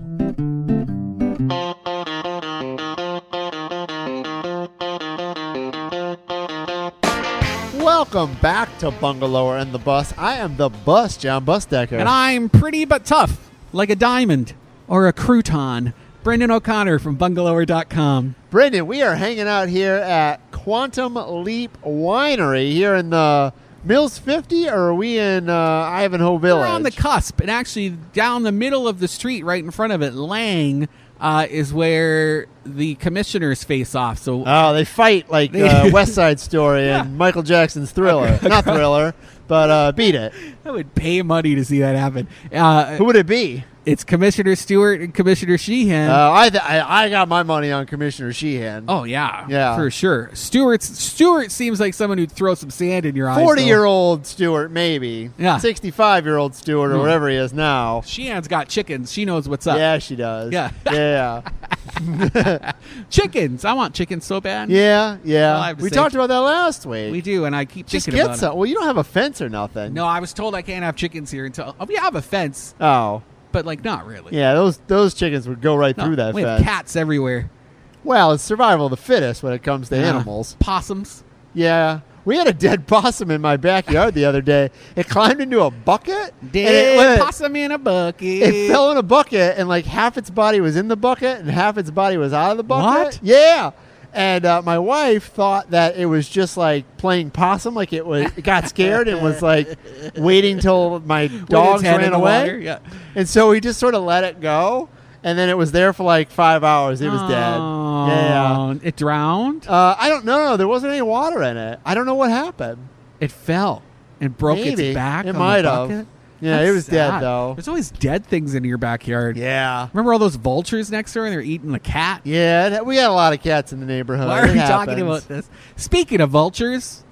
Speaker 1: Welcome back to Bungalower and the Bus. I am the Bus, John Busdecker.
Speaker 2: And I'm pretty but tough, like a diamond or a crouton. Brendan O'Connor from bungalower.com.
Speaker 1: Brendan, we are hanging out here at Quantum Leap Winery here in the Mills 50, or are we in uh, Ivanhoe Village?
Speaker 2: We're on the cusp, and actually down the middle of the street, right in front of it, Lang uh, is where the commissioners face off. So
Speaker 1: oh, they fight like uh, West Side Story and Michael Jackson's Thriller. Not Thriller, but uh, Beat It.
Speaker 2: I would pay money to see that happen. Uh,
Speaker 1: Who would it be?
Speaker 2: it's Commissioner Stewart and Commissioner Sheehan.
Speaker 1: Uh, I, th- I I got my money on Commissioner Sheehan.
Speaker 2: Oh yeah,
Speaker 1: Yeah.
Speaker 2: for sure. Stewart Stewart seems like someone who'd throw some sand in your eyes.
Speaker 1: 40
Speaker 2: though.
Speaker 1: year old Stewart, maybe.
Speaker 2: Yeah.
Speaker 1: 65 year old Stewart, or whatever he is now.
Speaker 2: Sheehan's got chickens. She knows what's up.
Speaker 1: Yeah, she does.
Speaker 2: Yeah.
Speaker 1: Yeah.
Speaker 2: chickens. I want chickens so bad.
Speaker 1: Yeah.
Speaker 2: Well, I
Speaker 1: Yeah.
Speaker 2: have to
Speaker 1: we
Speaker 2: say-
Speaker 1: talked about that last week.
Speaker 2: we do, and I keep
Speaker 1: Just
Speaker 2: thinking
Speaker 1: get
Speaker 2: about
Speaker 1: some. Well, you don't have a fence or nothing.
Speaker 2: it. No, I was told I can't have chickens here until oh, we have a fence,
Speaker 1: Oh,
Speaker 2: but like not really.
Speaker 1: yeah. Those those chickens would go right
Speaker 2: No,
Speaker 1: through that
Speaker 2: we
Speaker 1: fence.
Speaker 2: have cats everywhere.
Speaker 1: well, it's survival of the fittest when it comes to
Speaker 2: Yeah.
Speaker 1: animals.
Speaker 2: possums.
Speaker 1: Yeah. We had a dead possum in my backyard the other day. It climbed into a bucket. and it-
Speaker 2: Dead
Speaker 1: when it-
Speaker 2: possum in a bucket.
Speaker 1: it fell in a bucket and like half its body was in the bucket and half its body was out of the bucket.
Speaker 2: What?
Speaker 1: Yeah. And uh, my wife thought that it was just like playing possum, like it was it got scared and was like waiting till my dogs
Speaker 2: head in
Speaker 1: ran
Speaker 2: the
Speaker 1: away.
Speaker 2: water, yeah.
Speaker 1: And so we just sort of let it go, and then it was there for like five hours. It was dead. Yeah.
Speaker 2: Oh, It drowned.
Speaker 1: Uh, I don't know. No, there wasn't any water in it. I don't know what happened.
Speaker 2: It fell and broke
Speaker 1: Maybe.
Speaker 2: its back.
Speaker 1: It
Speaker 2: on the
Speaker 1: might have.
Speaker 2: bucket?
Speaker 1: Yeah,
Speaker 2: That's
Speaker 1: it was dead,
Speaker 2: sad.
Speaker 1: though.
Speaker 2: There's always dead things in your backyard.
Speaker 1: Yeah.
Speaker 2: Remember all those vultures next door and they're eating the cat?
Speaker 1: Yeah, it- we had a lot of cats in the neighborhood.
Speaker 2: Why are
Speaker 1: It
Speaker 2: we talking
Speaker 1: happens.
Speaker 2: about this? Speaking of vultures,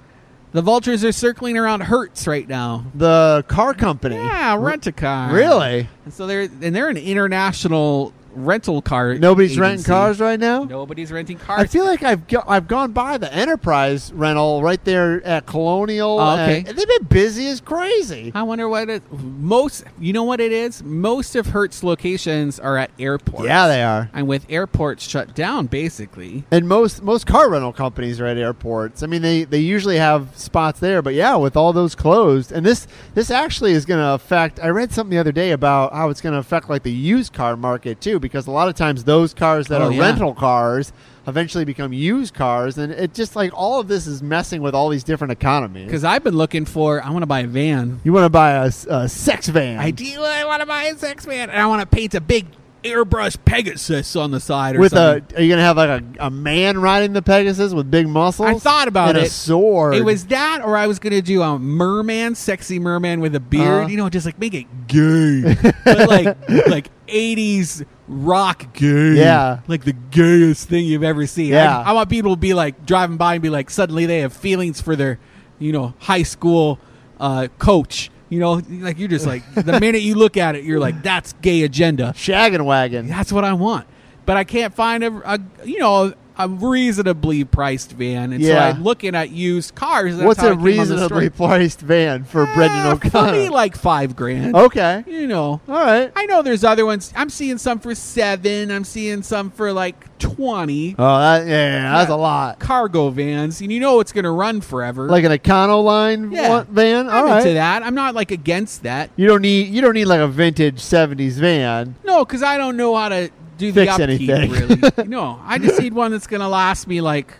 Speaker 2: the vultures are circling around Hertz right now.
Speaker 1: the car company?
Speaker 2: Yeah, rent a car.
Speaker 1: Really?
Speaker 2: And so they're and they're an international rental car.
Speaker 1: Nobody's
Speaker 2: agency.
Speaker 1: renting cars right now.
Speaker 2: Nobody's renting cars.
Speaker 1: I feel like I've go- I've gone by the Enterprise rental right there at Colonial.
Speaker 2: Oh, okay.
Speaker 1: and- and they've been busy as crazy.
Speaker 2: I wonder what it most. You know what it is? Most of Hertz locations are at airports.
Speaker 1: Yeah, they are.
Speaker 2: And with airports shut down, basically,
Speaker 1: And most most car rental companies are at airports. I mean, they, they usually have spots there, but yeah, with all those closed, and this this actually is going to affect. I read something the other day about how it's going to affect like the used car market too, because a lot of times those cars that
Speaker 2: Oh,
Speaker 1: are
Speaker 2: yeah.
Speaker 1: rental cars eventually become used cars, and it just like all of this is messing with all these different economies.
Speaker 2: because I've been looking for. I want to buy a van.
Speaker 1: You want to buy a, s- a sex van?
Speaker 2: I do. I want to buy a sex van, and I want to paint a big airbrush Pegasus on the side or
Speaker 1: With
Speaker 2: something.
Speaker 1: a, are you gonna have like a, a man riding the Pegasus with big muscles?
Speaker 2: I thought about
Speaker 1: and
Speaker 2: it.
Speaker 1: A sword.
Speaker 2: It was that, or I was going to do a merman, sexy merman with a beard.
Speaker 1: Uh-huh.
Speaker 2: You know, just like make it gay, but like like eighties rock gay.
Speaker 1: Yeah.
Speaker 2: like the gayest thing you've ever seen.
Speaker 1: Yeah.
Speaker 2: I, I want people to be like driving by and be like, suddenly they have feelings for their, you know, high school uh, coach. You know, like you're just like the minute you look at it, you're like, that's gay agenda.
Speaker 1: shaggin' wagon.
Speaker 2: That's what I want. But I can't find a, a you know a reasonably priced van, and
Speaker 1: Yeah.
Speaker 2: so I'm looking at used cars. That's
Speaker 1: What's
Speaker 2: how I
Speaker 1: a
Speaker 2: came on the
Speaker 1: reasonably
Speaker 2: story.
Speaker 1: priced van for Brendan
Speaker 2: Ah,
Speaker 1: O'Connor? Oh.
Speaker 2: Probably like five grand.
Speaker 1: okay,
Speaker 2: You know,
Speaker 1: all right.
Speaker 2: I know there's other ones. I'm seeing some for seven. I'm seeing some for like twenty
Speaker 1: Oh, that, yeah, that's
Speaker 2: Yeah.
Speaker 1: a lot.
Speaker 2: cargo vans, and you know it's going to run forever.
Speaker 1: Like an Econoline
Speaker 2: Yeah.
Speaker 1: wa- van. All
Speaker 2: I'm
Speaker 1: right.
Speaker 2: into that. I'm not like against that.
Speaker 1: You don't need you don't need like a vintage '70s van.
Speaker 2: No, because I don't know how to do the
Speaker 1: Fix
Speaker 2: upkeep.
Speaker 1: anything.
Speaker 2: Really, no. I just need one that's going to last me like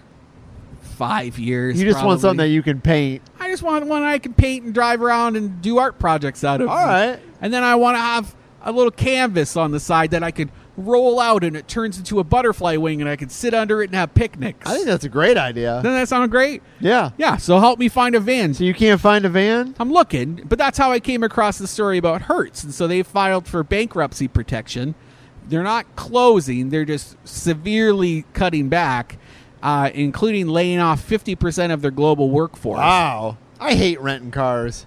Speaker 2: five years.
Speaker 1: You just want
Speaker 2: probably.
Speaker 1: something that you can paint.
Speaker 2: I just want one I can paint and drive around and do art projects out of.
Speaker 1: All right.
Speaker 2: And then I want to have a little canvas on the side that I could roll out and it turns into a butterfly wing and I can sit under it and have picnics.
Speaker 1: I think that's a great idea.
Speaker 2: Doesn't that sound great?
Speaker 1: Yeah.
Speaker 2: Yeah. So help me find a van.
Speaker 1: So you can't find a van?
Speaker 2: I'm looking, but that's how I came across the story about Hertz. And so they filed for bankruptcy protection. They're not closing, they're just severely cutting back, uh, including laying off 50% of their global workforce.
Speaker 1: Wow. I hate renting cars.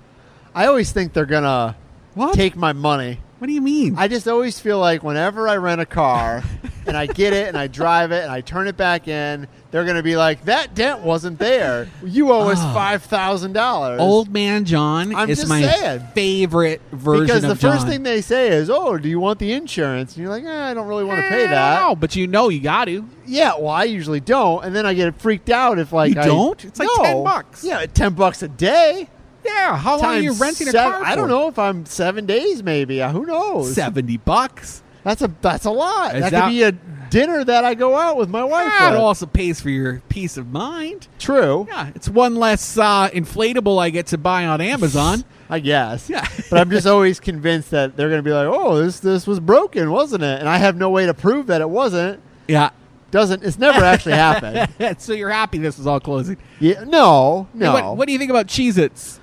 Speaker 1: I always think they're gonna
Speaker 2: What?
Speaker 1: take my money.
Speaker 2: what do you mean?
Speaker 1: I just always feel like whenever I rent a car and I get it and I drive it and I turn it back in, they're going to be like, that dent wasn't there. You owe us $5,000.
Speaker 2: Ah. Old Man John
Speaker 1: I'm
Speaker 2: is
Speaker 1: just
Speaker 2: my
Speaker 1: saying.
Speaker 2: favorite version
Speaker 1: Because the
Speaker 2: of
Speaker 1: first
Speaker 2: John.
Speaker 1: thing they say is, oh, do you want the insurance? And you're like, eh, I don't really want to pay
Speaker 2: No,
Speaker 1: that.
Speaker 2: but you know you got to.
Speaker 1: Yeah, well, I usually don't. And then I get freaked out if, like,
Speaker 2: You
Speaker 1: I
Speaker 2: don't? It's like
Speaker 1: No.
Speaker 2: 10 bucks.
Speaker 1: Yeah, 10 bucks a day.
Speaker 2: Yeah, how long are you
Speaker 1: Times
Speaker 2: renting
Speaker 1: sev-
Speaker 2: a car?
Speaker 1: I
Speaker 2: for?
Speaker 1: don't know if I'm seven days, maybe. Uh, Who knows?
Speaker 2: Seventy bucks.
Speaker 1: That's a that's a lot.
Speaker 2: Is
Speaker 1: that,
Speaker 2: that- Ah,
Speaker 1: could be a dinner that I go out with my wife.
Speaker 2: Yeah, it
Speaker 1: with.
Speaker 2: also pays for your peace of mind.
Speaker 1: True.
Speaker 2: Yeah, it's one less uh, inflatable I get to buy on Amazon.
Speaker 1: I guess.
Speaker 2: Yeah.
Speaker 1: but I'm just always convinced that they're going to be like, "Oh, this this was broken, wasn't it?" And I have no way to prove that it wasn't.
Speaker 2: yeah.
Speaker 1: Doesn't it's never actually happened?
Speaker 2: so you're happy this is all closing.
Speaker 1: Yeah, no, no.
Speaker 2: What, what do you think about Cheez Its?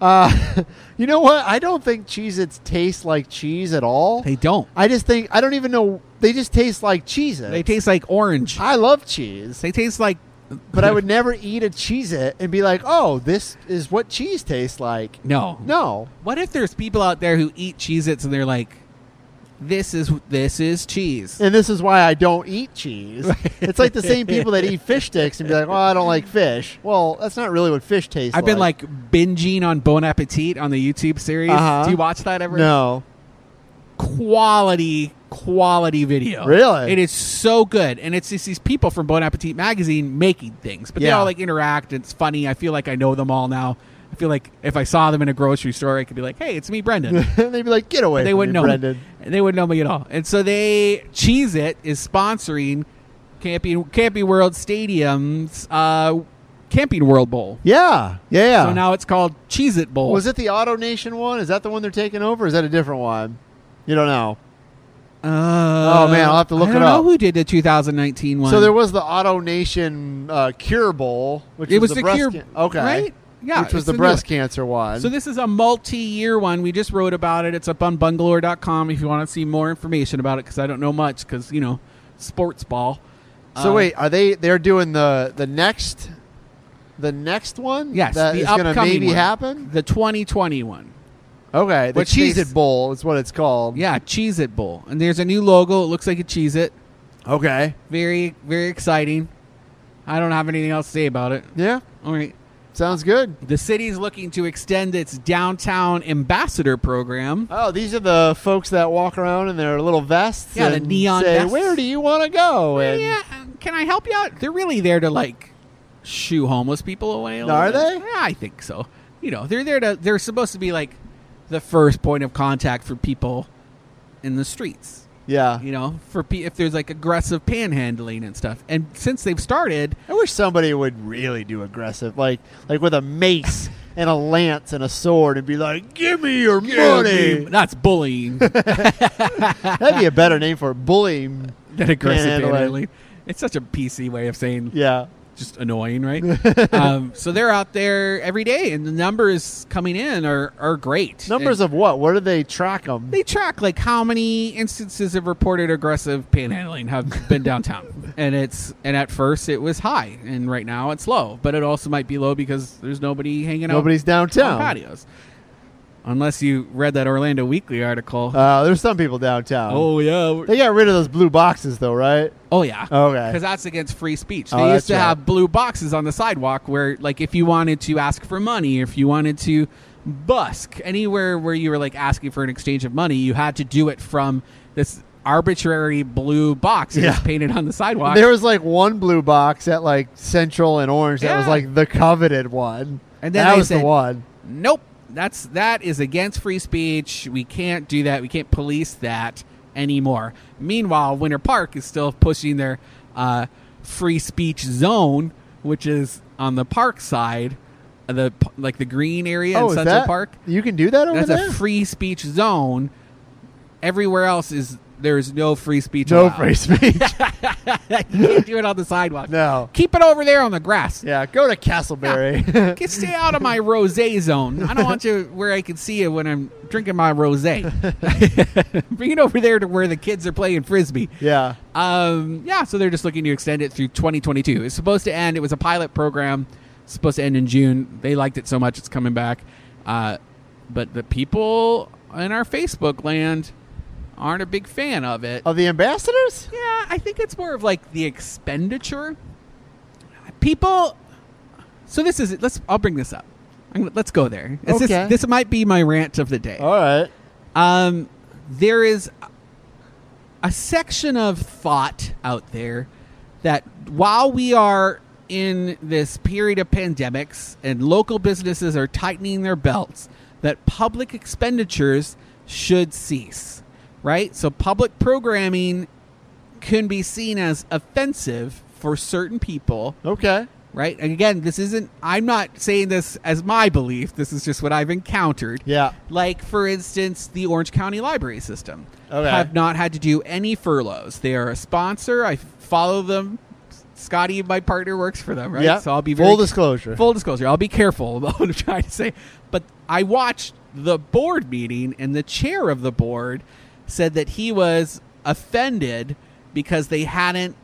Speaker 1: uh, you know what? I don't think Cheez-Its taste like cheese at all.
Speaker 2: They don't.
Speaker 1: I just think I don't even know. They just taste like cheese.
Speaker 2: They taste like orange.
Speaker 1: I love cheese,
Speaker 2: They taste like.
Speaker 1: but I would never eat a Cheez-It and be like, "Oh, this is what cheese tastes like."
Speaker 2: No.
Speaker 1: No.
Speaker 2: What if there's people out there who eat Cheez Its and they're like, this is this is cheese?
Speaker 1: and this is why I don't eat cheese. it's like the same people that eat fish sticks and be like, "Well, I don't like fish." Well, that's not really what fish tastes.
Speaker 2: I've been like binging on Bon Appetit on the YouTube series.
Speaker 1: Uh-huh.
Speaker 2: Do you watch that ever?
Speaker 1: no,
Speaker 2: Quality, quality video.
Speaker 1: Really?
Speaker 2: It is so good. And it's just these people from Bon Appetit magazine making things. But they
Speaker 1: Yeah.
Speaker 2: all like interact. It's funny. I feel like I know them all now. I feel like if I saw them in a grocery store, I could be like, hey, it's me, Brendan.
Speaker 1: and they'd be like, "Get away!"
Speaker 2: they
Speaker 1: from
Speaker 2: wouldn't
Speaker 1: me,
Speaker 2: know
Speaker 1: Brendan.
Speaker 2: me. They wouldn't know me at all. And so they Cheese It is sponsoring Camping Camping World Stadium's uh, Camping World Bowl.
Speaker 1: Yeah, yeah. yeah.
Speaker 2: So now it's called Cheese It Bowl.
Speaker 1: Ah. was it the Auto Nation one? Is that the one they're taking over? Or is that a different one? You don't know.
Speaker 2: Uh,
Speaker 1: Oh, man, I'll have to look
Speaker 2: I
Speaker 1: it
Speaker 2: don't
Speaker 1: up.
Speaker 2: know who did the 2019 one.
Speaker 1: So there was the Auto Nation uh, Cure Bowl, which
Speaker 2: it
Speaker 1: was,
Speaker 2: was the,
Speaker 1: breast
Speaker 2: cure,
Speaker 1: can- okay,
Speaker 2: right? Yeah,
Speaker 1: which was
Speaker 2: it's
Speaker 1: the
Speaker 2: new
Speaker 1: breast
Speaker 2: one.
Speaker 1: cancer one.
Speaker 2: So this is a multi-year one. We just wrote about it. It's up on bungalore.com if you want to see more information about it because I don't know much because you know sports ball.
Speaker 1: So
Speaker 2: Uh,
Speaker 1: Oh, wait, are they? They're doing the the next, the next one.
Speaker 2: yes,
Speaker 1: that
Speaker 2: the
Speaker 1: is going to
Speaker 2: upcoming
Speaker 1: maybe
Speaker 2: one.
Speaker 1: happen.
Speaker 2: the 2020 one.
Speaker 1: Okay, the
Speaker 2: Which
Speaker 1: Cheez
Speaker 2: they
Speaker 1: It
Speaker 2: s-
Speaker 1: Bowl is what it's called.
Speaker 2: Yeah, Cheese It Bowl. And there's a new logo. It looks like a Cheese It.
Speaker 1: Okay.
Speaker 2: Very, very exciting. I don't have anything else to say about it.
Speaker 1: Yeah.
Speaker 2: All right.
Speaker 1: Sounds good.
Speaker 2: The city's looking to extend its downtown ambassador program.
Speaker 1: Oh, these are the folks that walk around in their little vests.
Speaker 2: Yeah, the
Speaker 1: and
Speaker 2: neon
Speaker 1: say,
Speaker 2: vests.
Speaker 1: Where do you want to go? And
Speaker 2: yeah, um, can I help you out? They're really there to like shoo homeless people away. a little
Speaker 1: Are
Speaker 2: bit.
Speaker 1: they?
Speaker 2: Yeah, I think so. You know, they're there to. They're supposed to be like the first point of contact for people in the streets.
Speaker 1: yeah.
Speaker 2: You know, for pe- if there's like aggressive panhandling and stuff. And since they've started,
Speaker 1: I wish somebody would really do aggressive, like like with a mace and a lance and a sword, and be like, "Give me your money."
Speaker 2: that's bullying.
Speaker 1: That'd be a better name for it. bullying.
Speaker 2: that aggressive
Speaker 1: Panhandling.
Speaker 2: panhandling. It's such a PC way of saying
Speaker 1: Yeah.
Speaker 2: just annoying, right? um, so they're out there every day, and the numbers coming in are are great.
Speaker 1: Numbers
Speaker 2: And-
Speaker 1: of what? Where do they track them?
Speaker 2: they track like how many instances of reported aggressive panhandling have been downtown and it's and at first it was high and right now it's low but it also might be low because there's nobody hanging
Speaker 1: Nobody's
Speaker 2: out
Speaker 1: downtown.
Speaker 2: on patios unless you read that orlando weekly article
Speaker 1: Uh, there's some people downtown.
Speaker 2: oh yeah
Speaker 1: They got rid of those blue boxes, though, right?
Speaker 2: oh yeah
Speaker 1: Okay.
Speaker 2: because that's against free speech they
Speaker 1: Oh, that's
Speaker 2: used to
Speaker 1: right.
Speaker 2: have blue boxes on the sidewalk where like if you wanted to ask for money if you wanted to busk anywhere where you were like asking for an exchange of money you had to do it from this arbitrary blue box that
Speaker 1: Yeah.
Speaker 2: was painted on the sidewalk
Speaker 1: There was like one blue box at like Central and Orange that was
Speaker 2: Yeah.
Speaker 1: like the coveted one,
Speaker 2: And then
Speaker 1: that
Speaker 2: they
Speaker 1: was the
Speaker 2: said-
Speaker 1: one.
Speaker 2: nope that's that is against free speech we can't do that we can't police that anymore meanwhile winter park is still pushing their uh, free speech zone which is on the park side the p- like the green area
Speaker 1: oh,
Speaker 2: in
Speaker 1: is
Speaker 2: central
Speaker 1: that
Speaker 2: park
Speaker 1: You can do that over
Speaker 2: that's
Speaker 1: there.
Speaker 2: a free speech zone everywhere else is there's no free speech
Speaker 1: no
Speaker 2: allowed.
Speaker 1: free speech.
Speaker 2: you can't do it on the sidewalk
Speaker 1: no.
Speaker 2: keep it over there on the grass
Speaker 1: Yeah, go to Castleberry.
Speaker 2: Get stay out of my rosé zone. I don't want you where I can see you when I'm drinking my rosé. Bring it over there to where the kids are playing frisbee.
Speaker 1: yeah.
Speaker 2: Um, yeah, so they're just looking to extend it through 2022. It's supposed to end. It was a pilot program. It's supposed to end in June. They liked it so much, it's coming back. Uh, but the people in our Facebook land aren't a big fan of it.
Speaker 1: Of the ambassadors?
Speaker 2: Yeah, I think it's more of like the expenditure. People. So this is let's. I'll bring this up. I'm, gonna- let's go there. It's just-
Speaker 1: Okay.
Speaker 2: This, might be my rant of the day.
Speaker 1: All right.
Speaker 2: Um, there is a section of thought out there that while we are in this period of pandemics and local businesses are tightening their belts, that public expenditures should cease. Right? So public programming can be seen as offensive for certain people
Speaker 1: Okay.
Speaker 2: right? And again, this isn't, I'm not saying this as my belief. This is just what I've encountered.
Speaker 1: Yeah.
Speaker 2: Like, for instance, the Orange County Library System
Speaker 1: Okay.
Speaker 2: have not had to do any furloughs. They are a sponsor. I follow them. Scotty, my partner, works for them, right?
Speaker 1: Yeah.
Speaker 2: So I'll be very
Speaker 1: full disclosure.
Speaker 2: full disclosure. I'll be careful about what I'm trying to say. But I watched the board meeting, and the chair of the board said that he was offended because they hadn't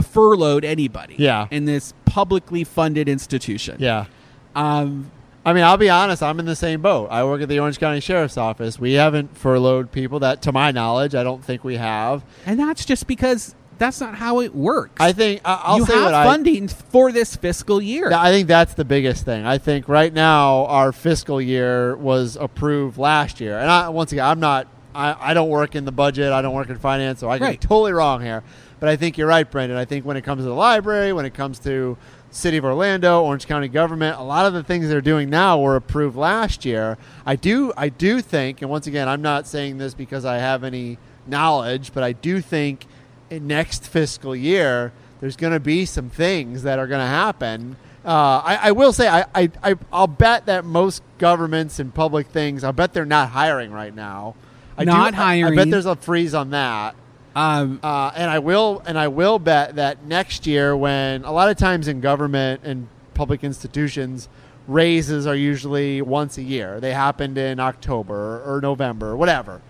Speaker 2: furloughed anybody
Speaker 1: Yeah.
Speaker 2: in this publicly funded institution.
Speaker 1: yeah.
Speaker 2: Um,
Speaker 1: I mean, I'll be honest. I'm in the same boat. I work at the Orange County Sheriff's Office. We haven't furloughed people. That, to my knowledge, I don't think we have.
Speaker 2: and that's just because that's not how it works.
Speaker 1: I think I- I'll
Speaker 2: you
Speaker 1: say
Speaker 2: have
Speaker 1: what I.
Speaker 2: funding for this fiscal year.
Speaker 1: I think that's the biggest thing. I think right now our fiscal year was approved last year, and I, once again, I'm not I, I don't work in the budget. I don't work in finance, so I could
Speaker 2: Right.
Speaker 1: be totally wrong here. But I think you're right, Brendan. I think when it comes to the library, when it comes to City of Orlando, Orange County government, a lot of the things they're doing now were approved last year. I do, I do think, and once again, I'm not saying this because I have any knowledge, but I do think in next fiscal year there's going to be some things that are going to happen. Uh, I, I will say I, I, I I'll bet that most governments and public things I'll bet they're not hiring right now. I do-
Speaker 2: Not
Speaker 1: I- I bet
Speaker 2: hiring.
Speaker 1: there's a freeze on that.
Speaker 2: Um,
Speaker 1: Uh, and I will and I will bet that next year, when a lot of times in government and public institutions, raises are usually once a year. They happened in October or November, whatever,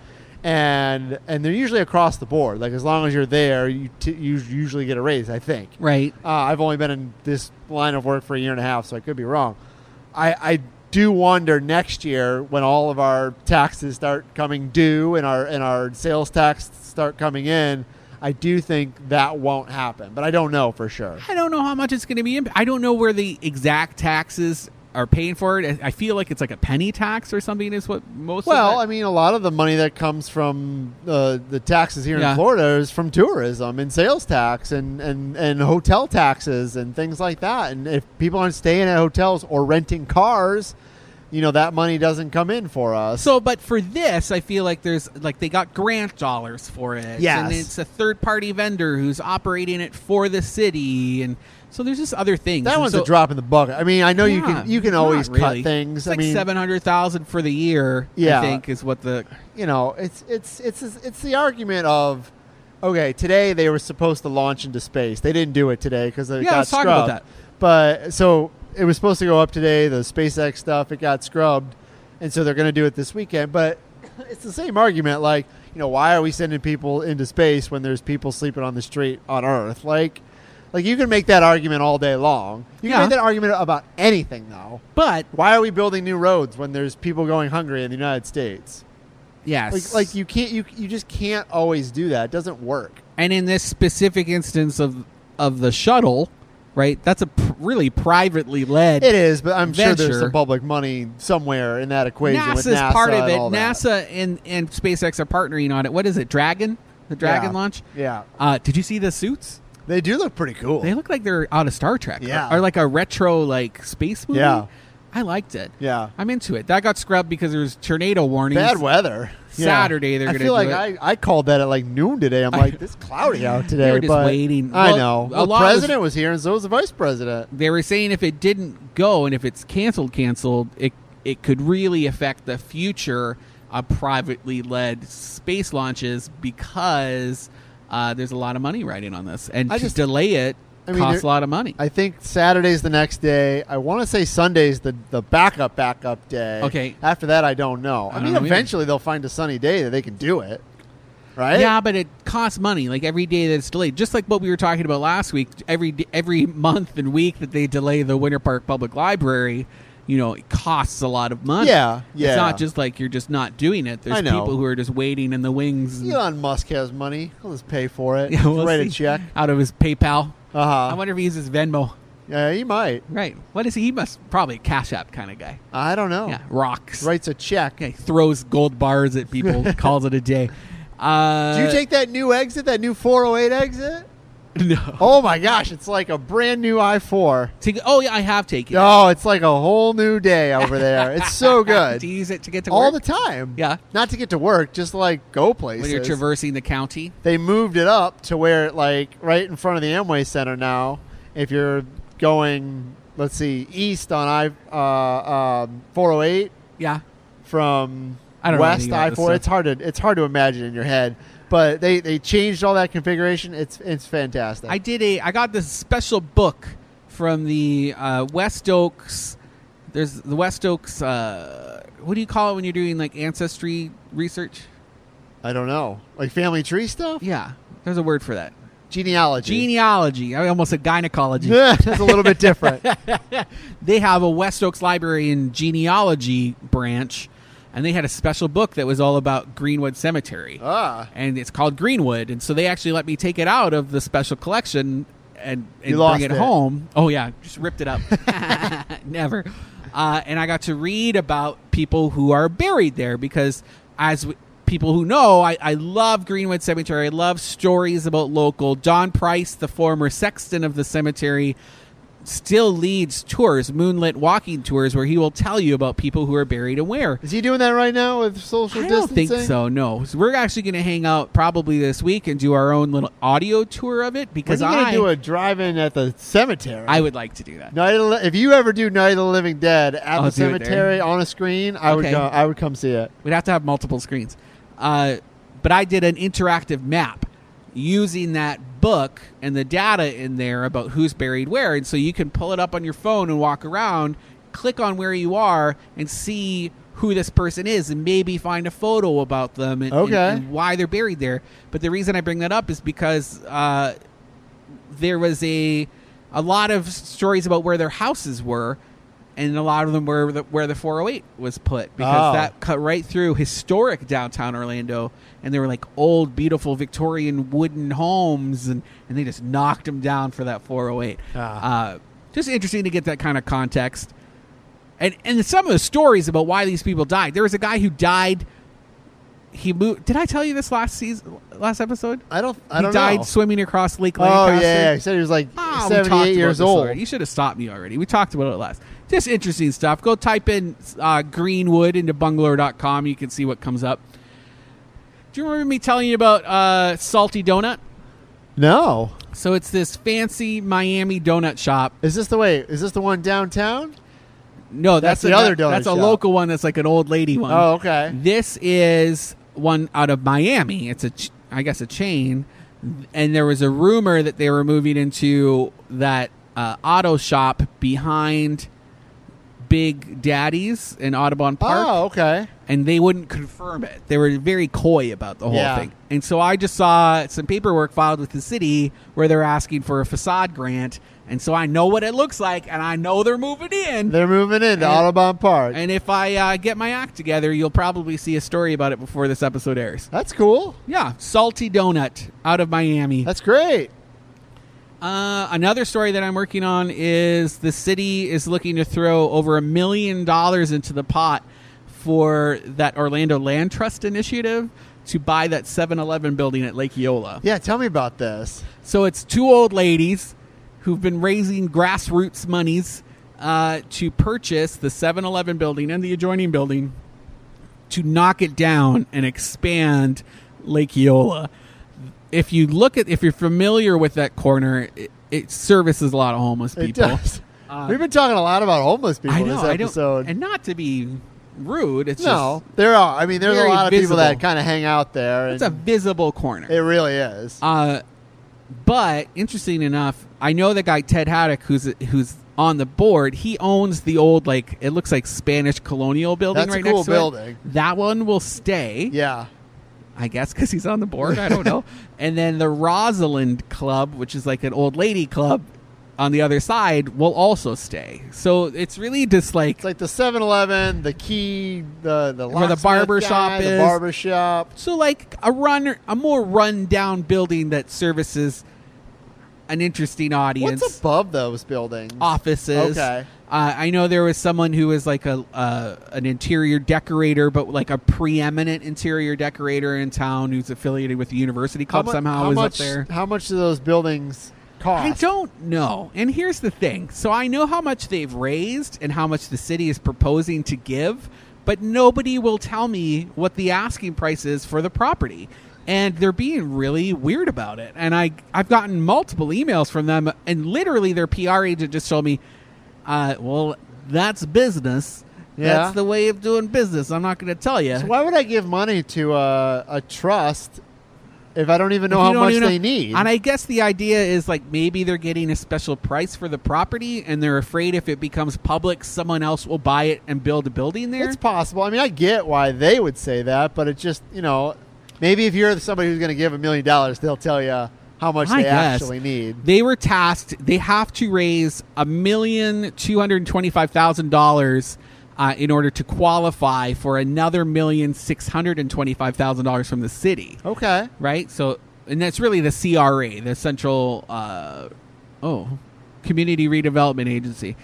Speaker 1: and and they're usually across the board. Like as long as you're there, you t- you usually get a raise. I think.
Speaker 2: right.
Speaker 1: Uh, I've only been in this line of work for a year and a half, so I could be wrong. I, I do wonder next year when all of our taxes start coming due and our and our sales tax start coming in. I do think that won't happen, but I don't know for sure.
Speaker 2: I don't know how much it's going to be. Imp- I don't know where the exact taxes are paying for it. I- I feel like it's like a penny tax or something. Is what most.
Speaker 1: Well, I
Speaker 2: of that-
Speaker 1: mean, a lot of the money that comes from uh, the taxes here
Speaker 2: Yeah.
Speaker 1: in Florida is from tourism and sales tax and, and, and hotel taxes and things like that. And if people aren't staying at hotels or renting cars, you know, that money doesn't come in for us.
Speaker 2: so but for this, I feel like there's like they got grant dollars for it.
Speaker 1: Yes.
Speaker 2: and it's a third party vendor who's operating it for the city, and so there's just other things.
Speaker 1: That
Speaker 2: And
Speaker 1: one's
Speaker 2: so-
Speaker 1: a drop in the bucket. I mean, I know you
Speaker 2: Yeah,
Speaker 1: can you can
Speaker 2: not
Speaker 1: always
Speaker 2: really.
Speaker 1: cut things.
Speaker 2: It's
Speaker 1: I
Speaker 2: like
Speaker 1: mean,
Speaker 2: seven hundred thousand for the year. I
Speaker 1: Yeah.
Speaker 2: think is what the
Speaker 1: you know, it's it's it's it's the argument of okay, today they were supposed to launch into space. They didn't do it today because it
Speaker 2: Yeah,
Speaker 1: got
Speaker 2: let's talk
Speaker 1: scrubbed.
Speaker 2: about that.
Speaker 1: But so it was supposed to go up today. The SpaceX stuff it got scrubbed, and so they're going to do it this weekend. But it's the same argument. Like, you know, why are we sending people into space when there's people sleeping on the street on Earth? Like. Like you can make that argument all day long. You can
Speaker 2: Yeah.
Speaker 1: make that argument about anything, though.
Speaker 2: but
Speaker 1: Why are we building new roads when there's people going hungry in the United States?
Speaker 2: yes
Speaker 1: Like, like you can't, you you just can't always do that. It doesn't work.
Speaker 2: and in this specific instance of of the shuttle, right? That's a pr- really privately led.
Speaker 1: It is, but I'm sure there's
Speaker 2: Venture.
Speaker 1: some public money somewhere in that equation.
Speaker 2: NASA's
Speaker 1: with NASA
Speaker 2: part of
Speaker 1: and
Speaker 2: it.
Speaker 1: all that.
Speaker 2: NASA and and SpaceX are partnering on it. What is it? Dragon, the Dragon
Speaker 1: Yeah.
Speaker 2: launch.
Speaker 1: Yeah,
Speaker 2: Uh, did you see the suits?
Speaker 1: they do look pretty cool.
Speaker 2: They look like they're out of Star Trek.
Speaker 1: Yeah.
Speaker 2: or, or like a retro like space movie.
Speaker 1: Yeah.
Speaker 2: I liked it.
Speaker 1: Yeah.
Speaker 2: I'm into it. That got scrubbed because there was tornado warnings.
Speaker 1: Bad weather. Yeah.
Speaker 2: Saturday they're
Speaker 1: I
Speaker 2: gonna
Speaker 1: feel like
Speaker 2: do
Speaker 1: I, I called that at like noon today. I'm like, this cloudy out today.
Speaker 2: They were just
Speaker 1: but
Speaker 2: waiting.
Speaker 1: I
Speaker 2: Well,
Speaker 1: know.
Speaker 2: a
Speaker 1: Well, the
Speaker 2: lot was-
Speaker 1: president was here, and so was the vice president.
Speaker 2: They were saying if it didn't go and if it's canceled, canceled, it it could really affect the future of privately led space launches because uh, there's a lot of money riding on this, and
Speaker 1: I
Speaker 2: to
Speaker 1: just-
Speaker 2: delay it
Speaker 1: I mean,
Speaker 2: costs a
Speaker 1: there-
Speaker 2: lot of money.
Speaker 1: I think Saturday's the next day. I want to say Sunday's the, the backup backup day.
Speaker 2: Okay.
Speaker 1: After that, I don't know.
Speaker 2: I
Speaker 1: I,
Speaker 2: don't
Speaker 1: mean,
Speaker 2: know either.
Speaker 1: eventually they'll find a sunny day that they can do it, right?
Speaker 2: yeah, but it costs money. Like every day that's delayed, just like what we were talking about last week. Every d- every month and week that they delay the Winter Park Public Library, you know, it costs a lot of money.
Speaker 1: Yeah, yeah.
Speaker 2: It's not just like you're just not doing it. There's
Speaker 1: I know.
Speaker 2: people who are just waiting in the wings. and-
Speaker 1: Elon Musk has money. He'll just pay for it.
Speaker 2: Yeah, we'll
Speaker 1: Write
Speaker 2: see.
Speaker 1: a check.
Speaker 2: out of his PayPal. I
Speaker 1: Uh huh.
Speaker 2: wonder if he uses Venmo.
Speaker 1: Yeah, he might.
Speaker 2: Right. What is he? He must probably Cash App kind of guy.
Speaker 1: I don't know.
Speaker 2: Yeah. Rocks.
Speaker 1: Writes a check.
Speaker 2: Okay. Throws gold bars at people. calls it a day. Uh,
Speaker 1: Did you take that new exit, that new 408 exit?
Speaker 2: no?
Speaker 1: Oh my gosh, it's like a brand new I 4.
Speaker 2: To- oh yeah, I have taken. it.
Speaker 1: Oh, it's like a whole new day over there. It's so
Speaker 2: Do
Speaker 1: good.
Speaker 2: you use it to get to
Speaker 1: All the
Speaker 2: work?
Speaker 1: time.
Speaker 2: Yeah.
Speaker 1: Not to get to work, just like go places.
Speaker 2: when you're traversing the county.
Speaker 1: they moved it up to where like right in front of the Amway Center now. If you're going, let's see, east on I uh, um, 408
Speaker 2: Yeah.
Speaker 1: from
Speaker 2: I don't know
Speaker 1: west
Speaker 2: anything about
Speaker 1: I
Speaker 2: this
Speaker 1: four, oh
Speaker 2: stuff.
Speaker 1: it's hard to it's hard to imagine in your head. But they, they changed all that configuration. It's it's fantastic.
Speaker 2: I did a. I got this special book from the uh, West Oaks. There's the West Oaks. Uh, what do you call it when you're doing like ancestry research?
Speaker 1: I don't know, like family tree stuff,
Speaker 2: Yeah, there's a word for that.
Speaker 1: genealogy.
Speaker 2: Genealogy. I almost said gynecology.
Speaker 1: That's a little bit different.
Speaker 2: they have a West Oaks Library and genealogy branch, and they had a special book that was all about Greenwood Cemetery.
Speaker 1: ah,
Speaker 2: and it's called Greenwood. And so they actually let me take it out of the special collection and, and
Speaker 1: You lost
Speaker 2: bring it,
Speaker 1: it.
Speaker 2: home. Oh yeah, just ripped it up. Never. Uh, and I got to read about people who are buried there because as w- people who know, I, I love Greenwood Cemetery. I love stories about local. John Price, the former sexton of the cemetery, still leads tours, moonlit walking tours, where he will tell you about people who are buried and where.
Speaker 1: Is he doing that right now with social
Speaker 2: I don't
Speaker 1: distancing?
Speaker 2: think so. No, so we're actually going to hang out probably this week and do our own little audio tour of it
Speaker 1: Because
Speaker 2: because
Speaker 1: you're gonna
Speaker 2: I
Speaker 1: do a drive-in at the cemetery.
Speaker 2: I would like to do that.
Speaker 1: Night of the Li- if you ever do Night of the Living Dead at
Speaker 2: I'll
Speaker 1: the
Speaker 2: Oh, do it there.
Speaker 1: cemetery on a screen, I would
Speaker 2: Okay.
Speaker 1: go, I would come see it.
Speaker 2: We'd have to have multiple screens. Uh, but I did an interactive map using that book and the data in there about who's buried where. And so you can pull it up on your phone and walk around, click on where you are, and see who this person is and maybe find a photo about them and, and-
Speaker 1: Okay.
Speaker 2: and why they're buried there. But the reason I bring that up is because uh, there was a a lot of stories about where their houses were, and a lot of them were the, where the 408 was put because
Speaker 1: Oh.
Speaker 2: that cut right through historic downtown Orlando, and there were like old, beautiful Victorian wooden homes, and and they just knocked them down for that 408.
Speaker 1: Ah.
Speaker 2: Uh, just interesting to get that kind of context. And, and some of the stories about why these people died. There was a guy who died. He moved. Did I tell you this last season, last episode?
Speaker 1: I don't. I
Speaker 2: he
Speaker 1: don't
Speaker 2: died
Speaker 1: know.
Speaker 2: swimming across Lake
Speaker 1: oh
Speaker 2: Lancaster.
Speaker 1: yeah, he said he was like
Speaker 2: Ah, we talked about
Speaker 1: seventy-eight years
Speaker 2: this
Speaker 1: old.
Speaker 2: already. You should have stopped me already. We talked about it last. Just interesting stuff. Go type in uh, Greenwood into bungalow.com. You can see what comes up. Do you remember me telling you about uh, Salty Donut?
Speaker 1: No,
Speaker 2: So it's this fancy Miami donut shop.
Speaker 1: is this the way? Is this the one downtown?
Speaker 2: No,
Speaker 1: That's
Speaker 2: that's,
Speaker 1: the
Speaker 2: a-
Speaker 1: other donut
Speaker 2: That's
Speaker 1: shop.
Speaker 2: a local one. That's like an old lady one.
Speaker 1: Oh, okay.
Speaker 2: This is one out of Miami. It's a, ch- I guess, a chain. And there was a rumor that they were moving into that uh, auto shop behind Big Daddy's in Audubon Park
Speaker 1: Oh, okay.
Speaker 2: and they wouldn't confirm it. They were very coy about the whole
Speaker 1: Yeah.
Speaker 2: thing. And so I just saw some paperwork filed with the city where they're asking for a facade grant. And so I know what it looks like, and I know they're moving in.
Speaker 1: They're moving into
Speaker 2: And-
Speaker 1: Audubon Park.
Speaker 2: and if I uh, get my act together, you'll probably see a story about it before this episode airs.
Speaker 1: That's cool.
Speaker 2: Yeah, Salty Donut out of Miami.
Speaker 1: That's great.
Speaker 2: Uh, another story that I'm working on is the city is looking to throw over a million dollars into the pot for that Orlando Land Trust initiative to buy that 7-Eleven building at Lake Eola.
Speaker 1: Yeah, tell me about this.
Speaker 2: So it's two old ladies who've been raising grassroots monies uh, to purchase the 7-Eleven building and the adjoining building to knock it down and expand Lake Eola. If you look at, if you're familiar with that corner, it, it services a lot of homeless people. Uh,
Speaker 1: It does. We've been talking a lot about homeless people
Speaker 2: I know.
Speaker 1: this
Speaker 2: I don't,
Speaker 1: episode.
Speaker 2: and not to be rude, it's
Speaker 1: no, there are. I mean, there's a
Speaker 2: very
Speaker 1: lot of people
Speaker 2: visible.
Speaker 1: that kind of hang out there.
Speaker 2: just it's
Speaker 1: And
Speaker 2: a visible corner.
Speaker 1: it really is.
Speaker 2: Uh, but interesting enough, I know the guy Ted Haddock, who's who's on the board. He owns the old like it looks like Spanish colonial building
Speaker 1: That's a
Speaker 2: right
Speaker 1: cool
Speaker 2: next to
Speaker 1: building.
Speaker 2: it. That one will stay,
Speaker 1: yeah.
Speaker 2: I guess, because he's on the board. I don't know. And then the Rosalind Club, which is like an old lady club on the other side, will also stay. So it's really just like
Speaker 1: It's like the 7-Eleven, the key, the the
Speaker 2: Where the
Speaker 1: locksmith
Speaker 2: barber
Speaker 1: guy,
Speaker 2: shop
Speaker 1: the
Speaker 2: is.
Speaker 1: barber shop.
Speaker 2: So like a run a more run down building that services an interesting audience.
Speaker 1: What's above those buildings?
Speaker 2: offices.
Speaker 1: Okay.
Speaker 2: Uh, I know there was someone who was like a uh, an interior decorator, but like a preeminent interior decorator in town who's affiliated with the university club
Speaker 1: mu-
Speaker 2: somehow
Speaker 1: how
Speaker 2: was
Speaker 1: much,
Speaker 2: up there.
Speaker 1: How much do those buildings cost?
Speaker 2: I don't know. And here's the thing. So I know how much they've raised and how much the city is proposing to give, but nobody will tell me what the asking price is for the property. And they're being really weird about it. And I I've gotten multiple emails from them and literally their PR agent just told me, uh, well, that's business.
Speaker 1: Yeah.
Speaker 2: That's the way of doing business. I'm not going to tell you.
Speaker 1: So why would I give money to a, a trust if I don't even know
Speaker 2: If you
Speaker 1: how
Speaker 2: don't
Speaker 1: much
Speaker 2: even know-
Speaker 1: they need?
Speaker 2: And I guess the idea is like maybe they're getting a special price for the property, and they're afraid if it becomes public, someone else will buy it and build a building there.
Speaker 1: it's possible. I mean, I get why they would say that, but it just you know, maybe if you're somebody who's going to give a million dollars, they'll tell you how much
Speaker 2: I
Speaker 1: they
Speaker 2: guess.
Speaker 1: actually need.
Speaker 2: They were tasked; they have to raise a million two hundred twenty-five thousand dollars. Uh, in order to qualify for another million six hundred and twenty-five thousand dollars from the city,
Speaker 1: Okay.
Speaker 2: right? So, and that's really the CRA, the Central, uh, oh, Community Redevelopment Agency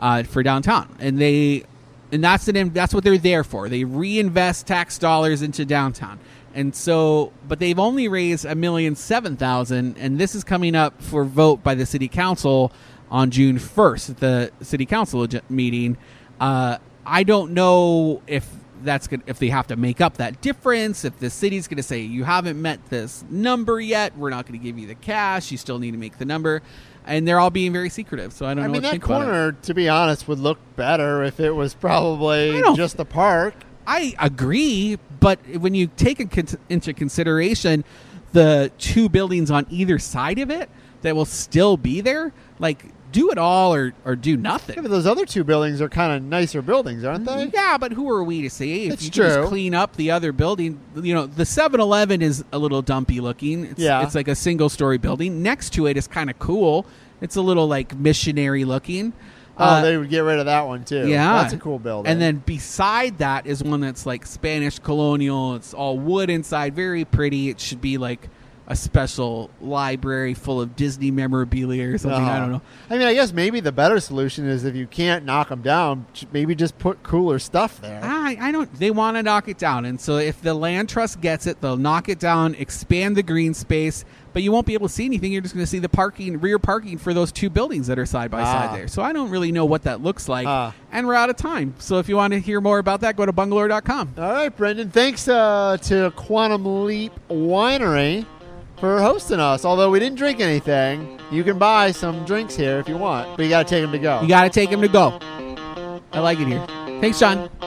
Speaker 2: uh, for downtown, and they and that's an, that's what they're there for. They reinvest tax dollars into downtown, and so but they've only raised a million seven thousand, and this is coming up for vote by the city council on June first at the city council ag- meeting. Uh, I don't know if that's good if they have to make up that difference if the city's going to say you haven't met this number yet we're not going to give you the cash you still need to make the number and they're all being very secretive so i don't
Speaker 1: I
Speaker 2: know
Speaker 1: mean,
Speaker 2: what to
Speaker 1: that
Speaker 2: think about it.
Speaker 1: corner, to be honest, would look better if it was probably
Speaker 2: I don't-
Speaker 1: just the park.
Speaker 2: I agree, but when you take in con- into consideration the two buildings on either side of it that will still be there, like do it all or, or do
Speaker 1: Yeah,
Speaker 2: nothing.
Speaker 1: but those other two buildings are kind of nicer buildings, aren't they?
Speaker 2: Mm, Yeah, but who are we to say if
Speaker 1: It's
Speaker 2: you can
Speaker 1: true.
Speaker 2: just clean up the other building? You know, the 7-Eleven is a little dumpy looking. It's,
Speaker 1: Yeah.
Speaker 2: it's like a single story building. Next to it is kind of cool. It's a little like missionary looking.
Speaker 1: Oh,
Speaker 2: Uh,
Speaker 1: they would get rid of that one too.
Speaker 2: Yeah,
Speaker 1: that's a cool building.
Speaker 2: And then beside that is one that's like Spanish colonial. It's all wood inside, very pretty. It should be like a special library full of Disney memorabilia or something. I
Speaker 1: Uh-huh.
Speaker 2: don't know.
Speaker 1: I mean, I guess maybe the better solution is if you can't knock them down, j- maybe just put cooler stuff there.
Speaker 2: I, I don't. They want to knock it down, and so if the land trust gets it, they'll knock it down, expand the green space, but you won't be able to see anything. You're just going to see the parking, rear parking for those two buildings that are side by
Speaker 1: Ah.
Speaker 2: side there. So I don't really know what that looks like,
Speaker 1: Ah.
Speaker 2: and we're out of time. So if you want to hear more about that, go to bungalow.com.
Speaker 1: All right, Brendan. Thanks uh, to Quantum Leap Winery for hosting us. Although we didn't drink anything, you can buy some drinks here if you want, but you got to take them to go.
Speaker 2: You got to take him to go. I like it here. Thanks, John.